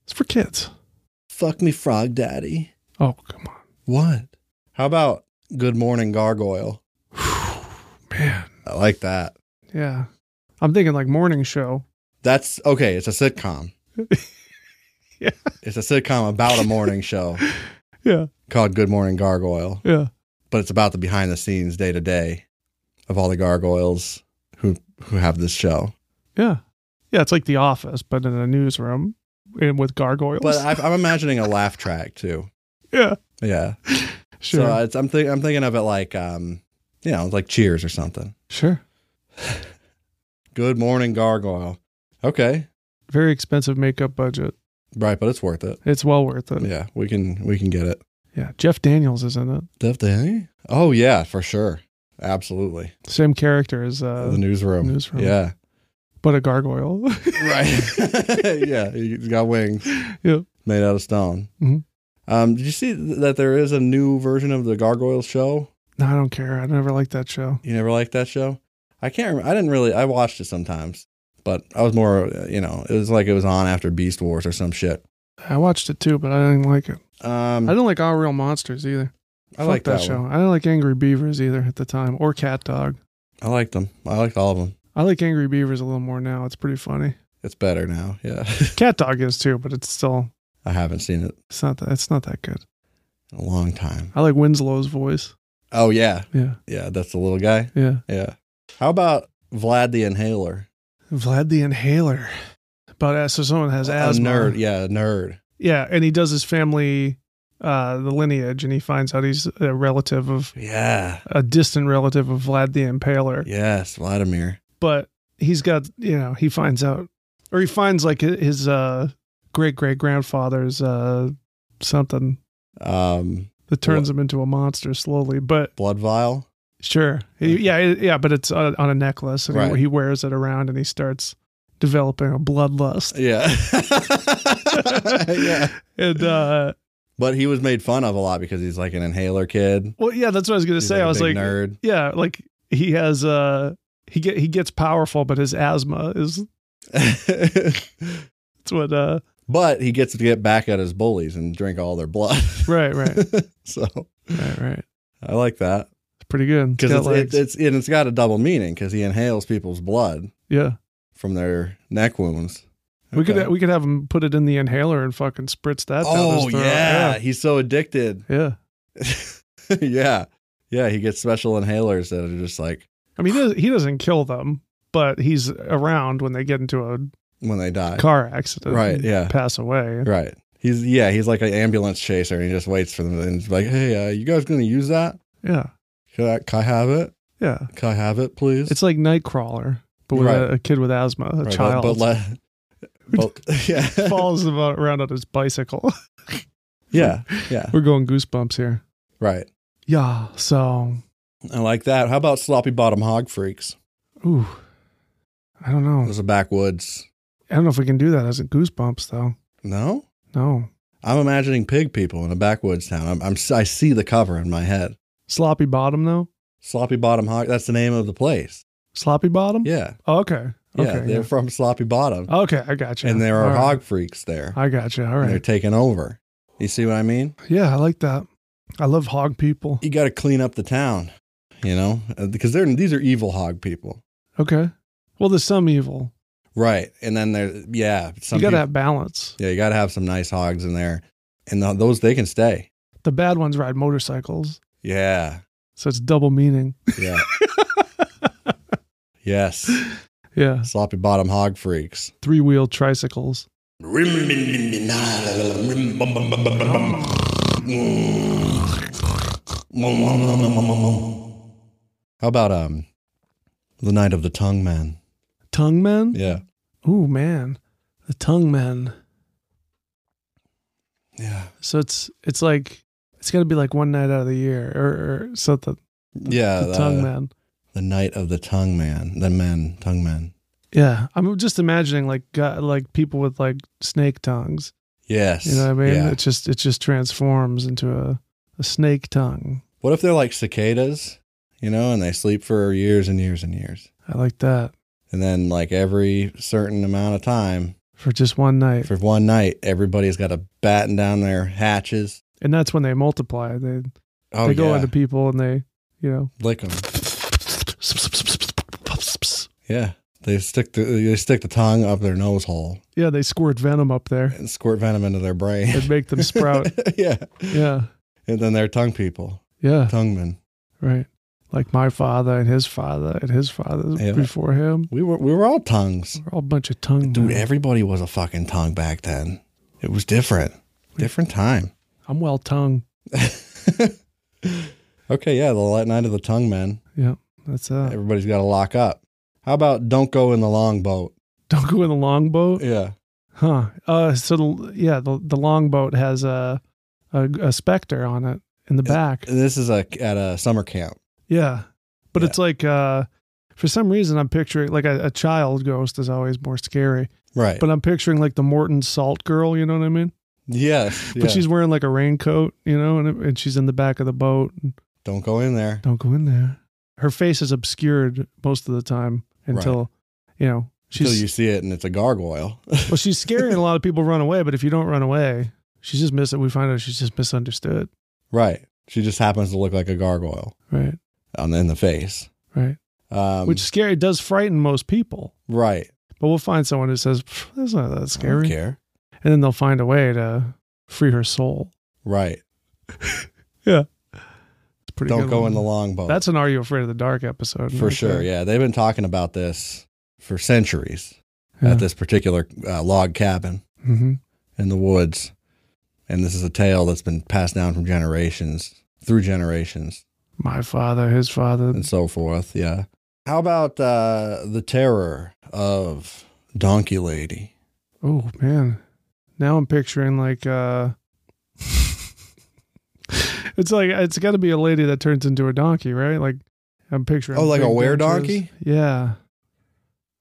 B: it's for kids
A: Fuck me frog daddy.
B: oh come on
A: What? How about Good Morning Gargoyle?
B: man
A: I like that.
B: yeah i'm thinking like morning show
A: That's okay, it's a sitcom.
B: Yeah.
A: It's a sitcom about a morning show
B: yeah
A: called Good Morning Gargoyle.
B: yeah
A: but it's about the behind the scenes day to day of all the gargoyles who who have this show.
B: yeah yeah it's like the office but in a newsroom and with gargoyles
A: But I, I'm imagining a laugh track too.
B: yeah
A: Yeah.
B: sure
A: So it's, I'm think, I'm thinking of it like um you know like Cheers or something.
B: sure
A: Good morning gargoyle. Okay,
B: very expensive makeup budget
A: right, but it's worth it.
B: it's well worth it
A: Yeah, we can we can get it.
B: Yeah, Jeff Daniels is in it.
A: Definitely. Oh yeah, for sure. Absolutely.
B: Same character as,
A: the
B: uh,
A: newsroom.
B: newsroom.
A: Yeah.
B: but a gargoyle.
A: Right. yeah, he's got wings.
B: yeah,
A: made out of stone.
B: Mhm.
A: Um, did you see th- that there is a new version of the Gargoyles show?
B: no, I don't care. I never liked that show.
A: You never liked that show? I can't. Remember. I didn't really. I watched it sometimes, but I was more. uh, You know, it was like it was on after Beast Wars or some shit.
B: I watched it too, but I didn't like it.
A: Um,
B: I didn't like All Real Monsters either.
A: I
B: Fuck
A: like that,
B: show.
A: One.
B: I didn't like Angry Beavers either at the time, or Cat Dog.
A: I liked them. I liked all of them.
B: I like Angry Beavers a little more now. It's pretty funny.
A: It's better now. Yeah,
B: Cat Dog is too, but it's still
A: I haven't seen it
B: it's not that it's not that good.
A: in a long time.
B: I like Winslow's voice.
A: Oh yeah,
B: Yeah,
A: yeah. That's the little guy.
B: yeah.
A: Yeah. How about Vlad the Inhaler?
B: Vlad the Inhaler. But uh, so someone has
A: a
B: asthma.
A: nerd. Yeah, a nerd.
B: Yeah, and he does his family uh, the lineage, and he finds out he's a relative of
A: Yeah.
B: a distant relative of Vlad the Impaler.
A: Yes, Vladimir.
B: But he's got you know he finds out, or he finds like his uh, great great grandfather's uh, something
A: Um,
B: that turns
A: What?
B: him into a monster slowly. But
A: blood vial.
B: Sure. He- yeah, it- yeah, but it's on, on a necklace, and
A: Right.
B: he, he wears it around, and he starts developing a bloodlust.
A: Yeah. yeah.
B: And uh,
A: But he was made fun of a lot because he's like an inhaler kid.
B: well, yeah, that's what I was gonna
A: He's
B: say.
A: a
B: I was like,
A: big nerd.
B: yeah, like he has uh, he get he gets powerful, but his asthma is uh, that's what uh,
A: but he gets to get back at his bullies and drink all their blood.
B: right, right,
A: so
B: right, right.
A: I like that
B: It's pretty good. It's
A: because
B: got
A: it's,
B: legs.
A: it's, it's and it's got a double meaning because he inhales people's blood
B: yeah.
A: from their neck wounds.
B: We could
A: Okay.
B: we could have him put it in the inhaler and fucking spritz that. down
A: Oh
B: his throat.
A: yeah,
B: yeah,
A: he's so addicted.
B: yeah.
A: yeah, yeah, he gets special inhalers that are just like
B: I mean, he doesn't, he doesn't kill them, but he's around when they get into a
A: when they die.
B: car accident,
A: Right,
B: and
A: yeah.
B: pass away.
A: Right. He's yeah. He's like an ambulance chaser, and he just waits for them. And he's like, "Hey, uh, you guys gonna use that?
B: Yeah,
A: Can I, can I have it?
B: yeah.
A: Can I have it, please?"
B: It's like Nightcrawler, but with
A: Right.
B: a, a kid with asthma, a
A: Right, but-
B: child,
A: But, let, but yeah,
B: falls about, around on his bicycle.
A: yeah, yeah.
B: We're going goosebumps here.
A: Right.
B: Yeah. So,
A: I like that. How about sloppy bottom hog freaks?
B: ooh, I don't know.
A: Those are backwoods.
B: I don't know if we can do that as a goosebumps though.
A: No,
B: No,
A: I'm imagining pig people in a backwoods town. I'm, I'm I see the cover in my head.
B: sloppy bottom though.
A: Sloppy bottom hog. That's the name of the place.
B: Sloppy bottom.
A: Yeah,
B: Oh, okay.
A: yeah.
B: okay.
A: they're
B: yeah.
A: from Sloppy Bottom,
B: Okay. I got you.
A: and there are
B: All right.
A: hog freaks there.
B: I got you. All
A: and They're
B: right.
A: taking over. You see what I mean?
B: Yeah, I like that. I love hog people.
A: you got to clean up the town, you know, Uh, because they're these are evil hog people,
B: Okay. Well, there's some evil.
A: right? And then they're yeah, some
B: you gotta
A: peop-
B: have balance.
A: yeah, you got to have some nice hogs in there, and th those they can stay.
B: The bad ones ride motorcycles,
A: Yeah,
B: so it's double meaning.
A: yeah, yes,
B: Yeah,
A: sloppy bottom hog freaks.
B: three wheel tricycles.
A: How about um, the night of the tongue man?
B: Tongue men.
A: Yeah,
B: Ooh man, the tongue men.
A: yeah,
B: So it's it's like it's gotta be like one night out of the year or, or something.
A: yeah.
B: the tongue
A: uh,
B: man.
A: The night of the tongue man, the men, tongue man.
B: Yeah, I'm just imagining like gu like people with like snake tongues.
A: Yes.
B: You know what I mean?
A: Yeah.
B: It just it just transforms into a, a snake tongue.
A: What if they're like cicadas, you know, and they sleep for years and years and years.
B: I like that
A: And then like every certain amount of time,
B: for just one night,
A: for one night, everybody's got to batten down their hatches.
B: and that's when they multiply. They
A: Oh,
B: they go
A: yeah.
B: into people and they you know
A: lick them. Yeah. They stick the, they stick the tongue up their nose hole
B: yeah they squirt venom up there
A: and squirt venom into their brain.
B: and make them sprout
A: yeah.
B: yeah
A: And then they're tongue people,
B: yeah
A: tongue men.
B: right like my father and his father and his father
A: Yeah.
B: before him
A: We were we were all tongues.
B: we're all a bunch of tongue
A: Dude,
B: men.
A: everybody was a fucking tongue back then. It was different. Different time.
B: i'm well tongue
A: Okay, yeah, the light night of the tongue man.
B: yeah that's uh
A: Everybody's got to lock up. How about don't go in the long boat?
B: don't go in the longboat
A: Yeah.
B: huh uh so the, yeah the, the longboat has a, a a specter on it in the back
A: This is a at a summer camp.
B: yeah but
A: Yeah.
B: it's like uh for some reason i'm picturing like a, a child ghost is always more scary
A: Right.
B: But I'm picturing like the Morton Salt girl, you know what I mean?
A: yes. yeah.
B: But she's wearing like a raincoat, you know, and, and she's in the back of the boat.
A: don't go in there.
B: Don't go in there. Her face is obscured most of the time until, you know,
A: Until
B: she's
A: you see it and it's a gargoyle.
B: well, she's scary and a lot of people run away. But if you don't run away, she's just mis. We find out she's just misunderstood,
A: right. She just happens to look like a gargoyle
B: right?
A: on in the face.
B: Right.
A: Um,
B: Which scary does frighten most people.
A: right.
B: But we'll find someone who says "Pff, that's not that
A: I don't
B: scary, and
A: care.
B: then they'll find a way to free her soul.
A: Right.
B: It's a pretty.
A: Don't
B: good
A: go
B: one.
A: in the long boat.
B: That's an "Are You Afraid of the Dark" episode
A: for
B: right
A: sure.
B: there.
A: Yeah, they've been talking about this for centuries
B: Yeah.
A: at this particular uh, log cabin
B: Mm-hmm.
A: in the woods. And this is a tale that's been passed down from generations through generations
B: My father, his father.
A: and so forth. Yeah. How about uh, the terror of Donkey Lady?
B: Oh man. Now I'm picturing like uh It's like it's got to be a lady that turns into a donkey, right? Like I'm picturing
A: Oh, like a
B: big
A: were-donkey?
B: benches. Yeah.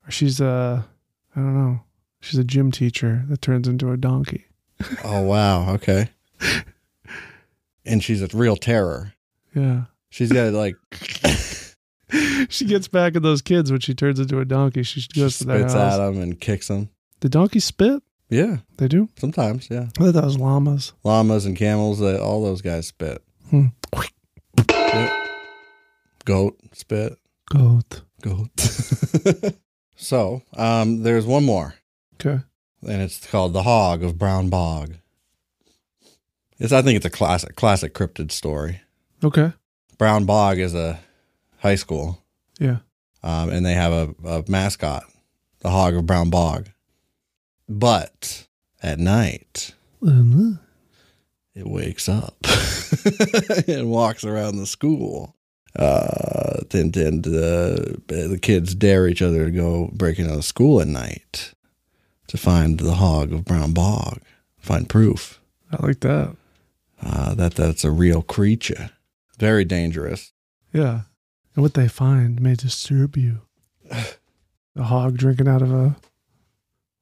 B: Or she's a I don't know. She's a gym teacher that turns into a donkey.
A: Oh, wow. Okay. And she's a real terror.
B: Yeah.
A: She's got like,
B: she gets back at those kids when she turns into a donkey. She
A: she
B: goes to their
A: spits
B: house.
A: at them and kicks them.
B: The donkey spit?
A: Yeah.
B: They do?
A: Sometimes. Yeah.
B: I thought that was llamas.
A: Llamas and camels, they, all those guys spit.
B: Hmm.
A: Yep. Goat spit.
B: Goat.
A: Goat. so um, there's one more,
B: Okay.
A: and it's called the Hog of Brown Bog. It's I think it's a classic classic cryptid story.
B: Okay.
A: Brown Bog is a high school,
B: Yeah.
A: um, and they have a, a mascot, the Hog of Brown Bog. But at night, Mm-hmm.
B: Mhm.
A: it wakes up and walks around the school. Uh, then, then the, the kids dare each other to go breaking out of school at night to find the hog of Brown Bog, find proof
B: I like that.
A: uh, that that's a real creature. Very dangerous.
B: Yeah. And what they find may disturb you. A hog drinking out of a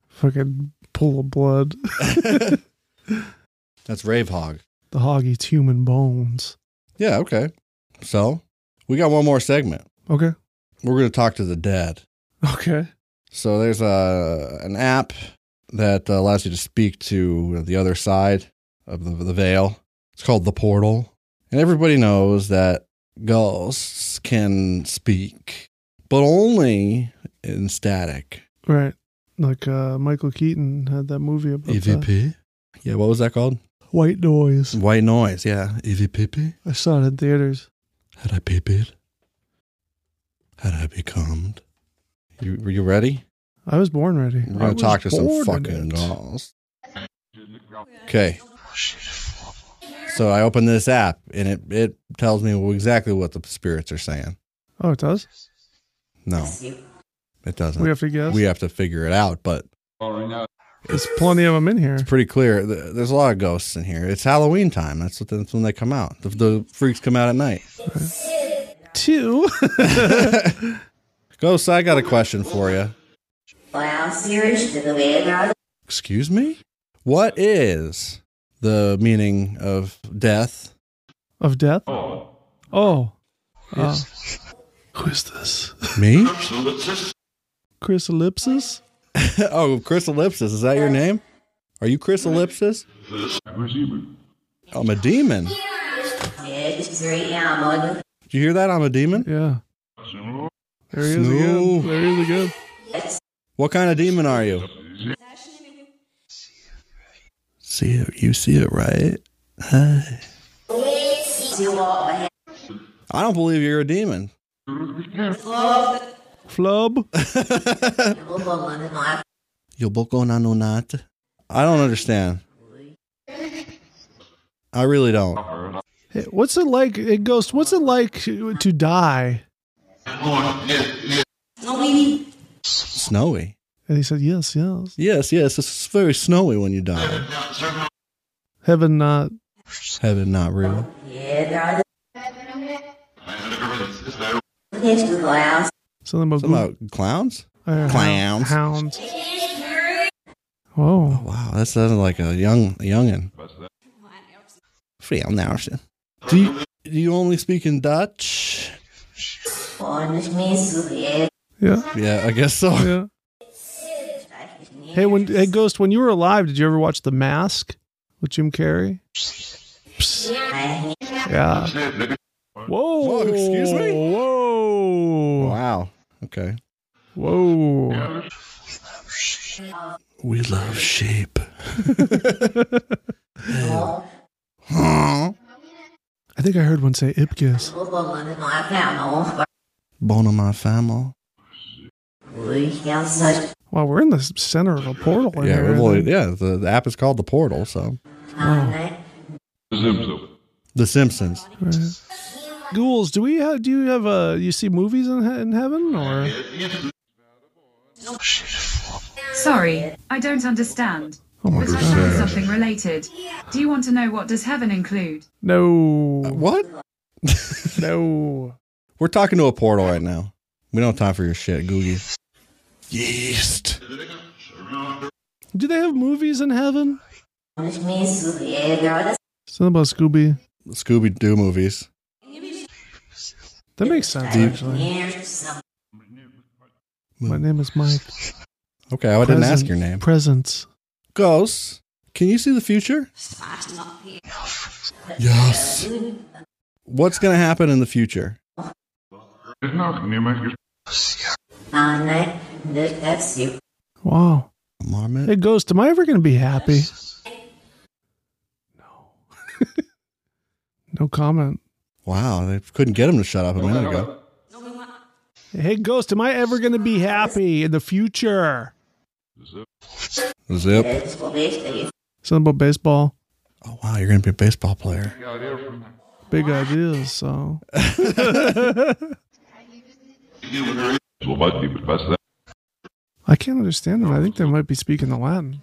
B: fucking pool of blood.
A: That's Rave Hog.
B: The hog eats human bones.
A: Yeah, okay. So we got one more segment.
B: Okay.
A: We're going to talk to the dead.
B: Okay.
A: So there's a an app that allows you to speak to the other side of the, the veil. It's called the portal, and everybody knows that ghosts can speak, but only in static.
B: Right. Like uh, Michael Keaton had that movie
A: E
B: about the
A: Yeah, what was that called?
B: white noise.
A: White noise. Yeah, EVPP.
B: I saw it in theaters.
A: E Had I peeped? Had I become? You you ready?
B: I was born ready.
A: We're gonna
B: I was
A: talk to some
B: born
A: fucking uh,
B: in it.
A: ghosts. Okay. So I open this app and it it tells me exactly what the spirits are saying.
B: Oh, it does?
A: No, it doesn't.
B: We have to guess.
A: We have to figure it out, but
B: There's plenty of them in here.
A: it's pretty clear. Th- There's a lot of ghosts in here. It's Halloween time. That's what that's when they come out. The, the freaks come out at night.
B: Two.
A: Ghosts, I got a question for you.
H: Well, seriously, the way about
A: Excuse me. What is the meaning of death?
B: of death. Oh. Oh. Uh, who is this?
A: Me?
B: Chris Ellipsis?
A: oh, Chris Ellipsis. Is that your name? Are you Chris Ellipsis? I'm a demon.
H: it, it's very animal.
A: Did you hear that? I'm a demon?
B: Yeah. There he is again.
A: Snoop.
B: There he is again.
A: What kind of demon are you? See it. You see it, right?
H: You walk ahead.
A: I don't believe you're a demon.
B: Flub.
A: Yo boko na no nat. I don't understand. I really don't.
B: Hey, What's it like, hey, Ghost? What's it like to to die?
A: Snowy.
B: And he said, Yes, yes.
A: Yes, yes. It's very snowy when you die.
B: Heaven uh, not.
A: Heaven not real.
H: Yeah, there are the glass.
B: Something about,
A: Something about clowns?
B: uh,
A: clowns.
B: Hounds. Whoa.
A: Wow, that sounds like a young a youngin. Free Nelson. Do you, do you only speak in Dutch?
H: Orange means the way
B: Yeah.
A: Yeah, I guess so.
B: Yeah. Hey, when hey Ghost, when you were alive, did you ever watch The Mask with Jim Carrey?
H: I
B: Yeah. Whoa.
A: Whoa, excuse me?
B: Whoa.
A: Wow. Okay.
B: Whoa.
A: We love sheep.
B: I think I heard one say Ipkiss.
H: will go on my camel.
A: Bone of my family.
H: We can such
B: Wow, we're in the center of a portal. in
A: Yeah,
B: here.
A: we've only, yeah. The, the app is called the Portal, so
H: Night.
A: The Simpsons.
B: Ghouls, do we have? Do you have a? You see movies in, he- in heaven or?
I: Sorry, I don't understand.
B: Oh
I: but I found something related. Do you want to know what does heaven include?
B: No,
A: What?
B: no.
A: We're talking to a portal right now. We don't have time for your shit, Googie.
B: Yeast. Do they have movies in heaven?
H: Onde os missos vieram.
B: Something about Scooby.
A: Scooby Doo movies.
B: That makes sense actually.
H: é
B: My name is Mike.
A: Okay, I didn't ask
B: Present-
A: your name.
B: Presents.
A: Ghosts, can you see the future? Yes. What's going to happen in the future?
H: Our night. That's you.
B: Wow. Hey,
A: Marmot?
B: Ghost, am I ever going to be happy? No. no comment.
A: Wow, they couldn't get him to shut up a minute ago.
B: Hey, Ghost, am I ever going to be happy in the future?
A: Zip.
H: Eles comestem.
B: Something about baseball.
A: Oh, wow, you're going to be a baseball player.
B: Big ideas, so. I can't understand them. I think they might be speaking the Latin.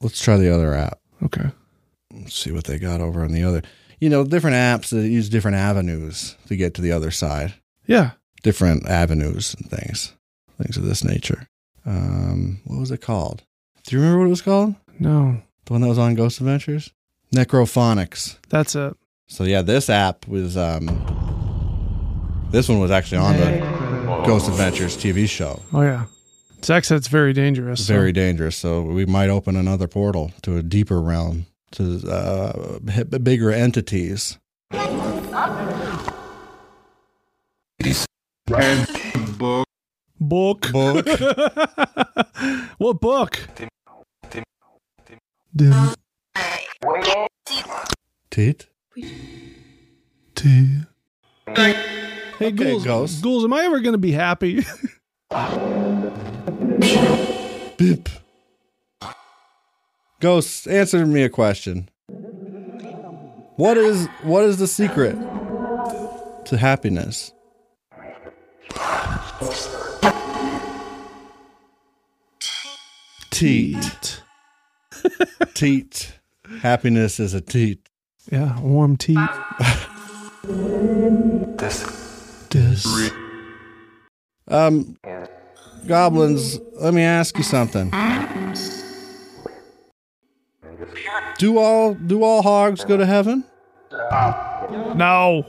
A: Let's try the other app.
B: Okay.
A: Let's see what they got over on the other. You know, different apps that use different avenues to get to the other side,
B: Yeah.
A: different avenues and things, things of this nature. Um, what was it called? Do you remember what it was called?
B: No.
A: The one that was on Ghost Adventures? Necrophonics.
B: That's it.
A: So yeah, this app was um this one was actually on the Ghost Adventures TV show.
B: Oh, yeah. Sex that's very dangerous. so-
A: Very dangerous. So we might open another portal to a deeper realm to uh b- b- bigger entities.
B: Book.
A: Book.
B: what book? Dim.
A: Teeth?
B: Tea. Hey, ghouls,
A: Ghost.
B: ghouls, am I ever going to be happy?
A: Beep. Ghosts, answer me a question. What is what is the secret to happiness? Teat. Teat. Happiness is a teat.
B: yeah, warm tea. this. This.
A: Um goblins, let me ask you something. Do all do all hogs go to heaven?
B: No.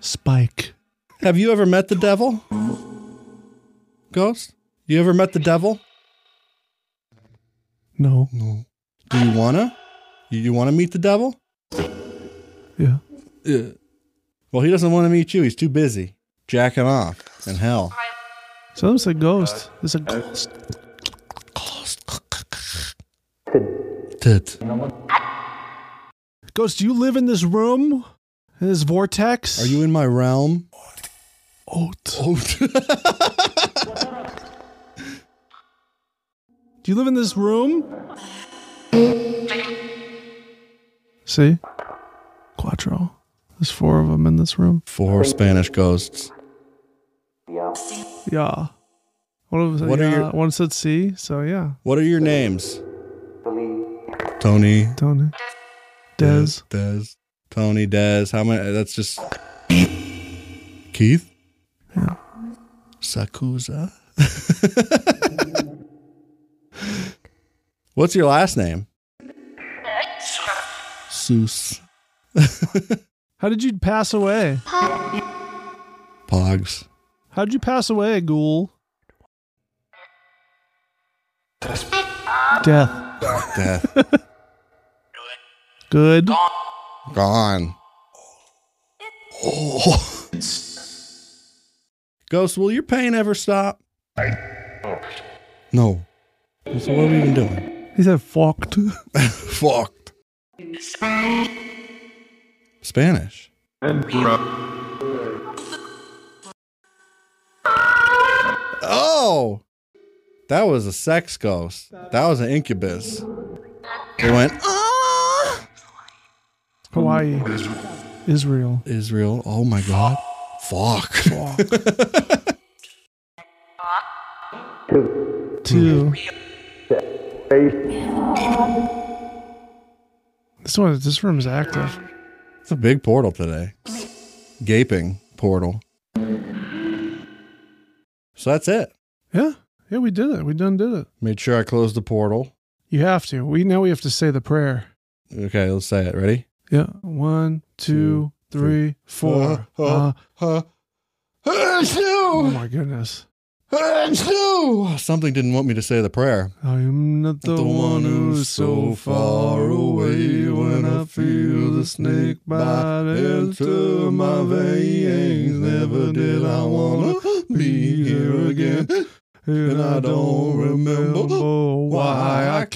B: Spike.
A: Have you ever met the devil? Ghost? You ever met the devil?
B: No.
A: No. Do you wanna? You, you wanna meet the devil? Uh.
B: Yeah.
A: Well, he doesn't want to meet you. He's too busy jacking off in hell.
B: So it's a ghost. It's a ghost.
A: Tit.
B: Ghost, do you live in this room? In this vortex?
A: Are you in my realm?
B: Oat.
A: Oh,
B: Do you live in this room? See? Quattro. There's four of them in this room.
A: four Spanish ghosts.
B: Yeah. One of them
A: What are
B: yeah,
A: your-
B: one said C, so yeah.
A: What are your names? Tony.
B: Tony. Dez.
A: Des. Tony. Des. How many? That's just. Keith.
B: Yeah.
A: Sakuza. What's your last name? Seuss.
B: How did you pass away?
A: Pogs.
B: How did you pass away, ghoul? Death.
A: Death.
B: Good.
A: Gone. Oh. Ghost, will your pain ever stop? No. So what are we even doing?
B: He said fucked.
A: Fucked. Spanish. Oh. That was a sex ghost. That was an incubus. It went "Ah!"
B: Hawaii, Israel.
A: Israel. Oh my god. Fuck.
B: Two. This one, this room is active.
A: It's a big portal today. Gaping portal. So that's it.
B: Yeah, yeah, we did it. We done did it.
A: Made sure I closed the portal.
B: You have to. We now we have to say the prayer.
A: Okay, let's say it. Ready?
B: Yeah. One, two, three, four. Uh, oh my goodness.
A: Something didn't want me to say the prayer.
B: I am not the, one who's so far away when I feel the snake bite into my veins. Never did I wanna be here again. And I don't remember why I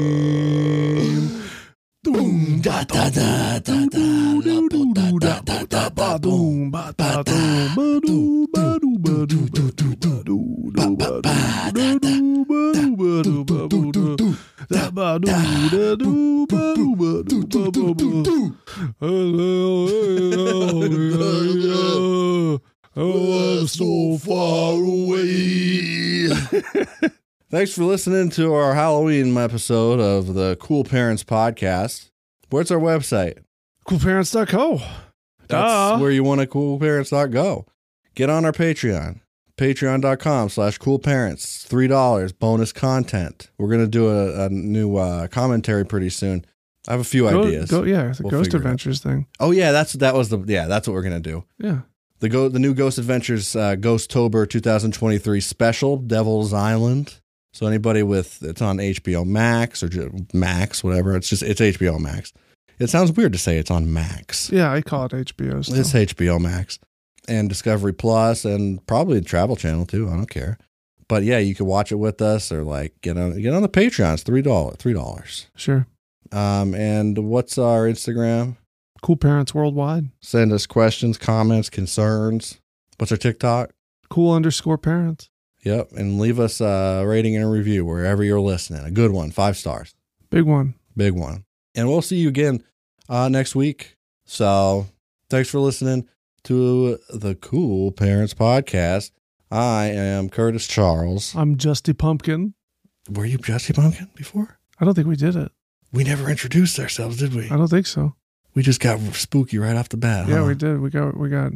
B: came. Boom, da, da, da, da, da, la, bo, da, da, bo, da, ba, boom, ba, da, da, ba, do, ba, do, ba, do, ba, do, ba, do, do, ba, do, da, do, ba, do, ba, do, ba, bo, do, da, ba, do, da, do, ba, do, ba, do, ba, bo, bo. Hello, hello, hello. Oh, I'm so far away.
A: Thanks for listening to our Halloween episode of the Cool Parents Podcast. Where's our website?
B: Coolparents.co.
A: That's
B: Duh.
A: where you want to coolparents.go. Get on our Patreon. Patreon.com slash coolparents. $3 bonus content. We're going to do a, a new uh, commentary pretty soon. I have a few
B: Go-
A: ideas.
B: Go, yeah, it's a
A: We'll
B: Ghost
A: figure it out.
B: Adventures thing.
A: Oh yeah, that's that was the yeah, that's what we're going to do.
B: Yeah.
A: The go the new Ghost Adventures uh, Ghosttober 2023 special Devil's Island. So anybody with it's on HBO Max or ju- Max whatever. It's just it's HBO Max. It sounds weird to say it's on Max.
B: Yeah, I call it HBO. Still.
A: It's HBO Max and Discovery Plus and probably the Travel Channel too. I don't care. But yeah, you can watch it with us or like get on get on the Patreon. It's three dollars three dollars.
B: sure.
A: Um, and what's our Instagram?
B: Cool Parents Worldwide.
A: Send us questions, comments, concerns. What's our TikTok?
B: Cool underscore parents.
A: Yep. And leave us a rating and a review wherever you're listening. A good one, five stars,
B: Big one.
A: big one. And we'll see you again uh, next week. So thanks for listening to the Cool Parents Podcast. I am Curtis Charles.
B: I'm Justy Pumpkin.
A: Were you Jesse Pumpkin before?
B: I don't think we did it.
A: We never introduced ourselves, did we?
B: I don't think so.
A: We just got spooky right off the bat.
B: Uh, Yeah,
A: huh?
B: we did. We got we got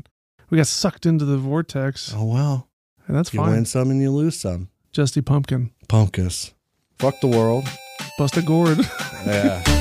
B: we got sucked into the vortex.
A: Oh, well.
B: And that's
A: You
B: fine.
A: win some and you lose some.
B: Justy Pumpkin.
A: Pumpkus. Fuck the world.
B: Bust a gourd.
A: Yeah.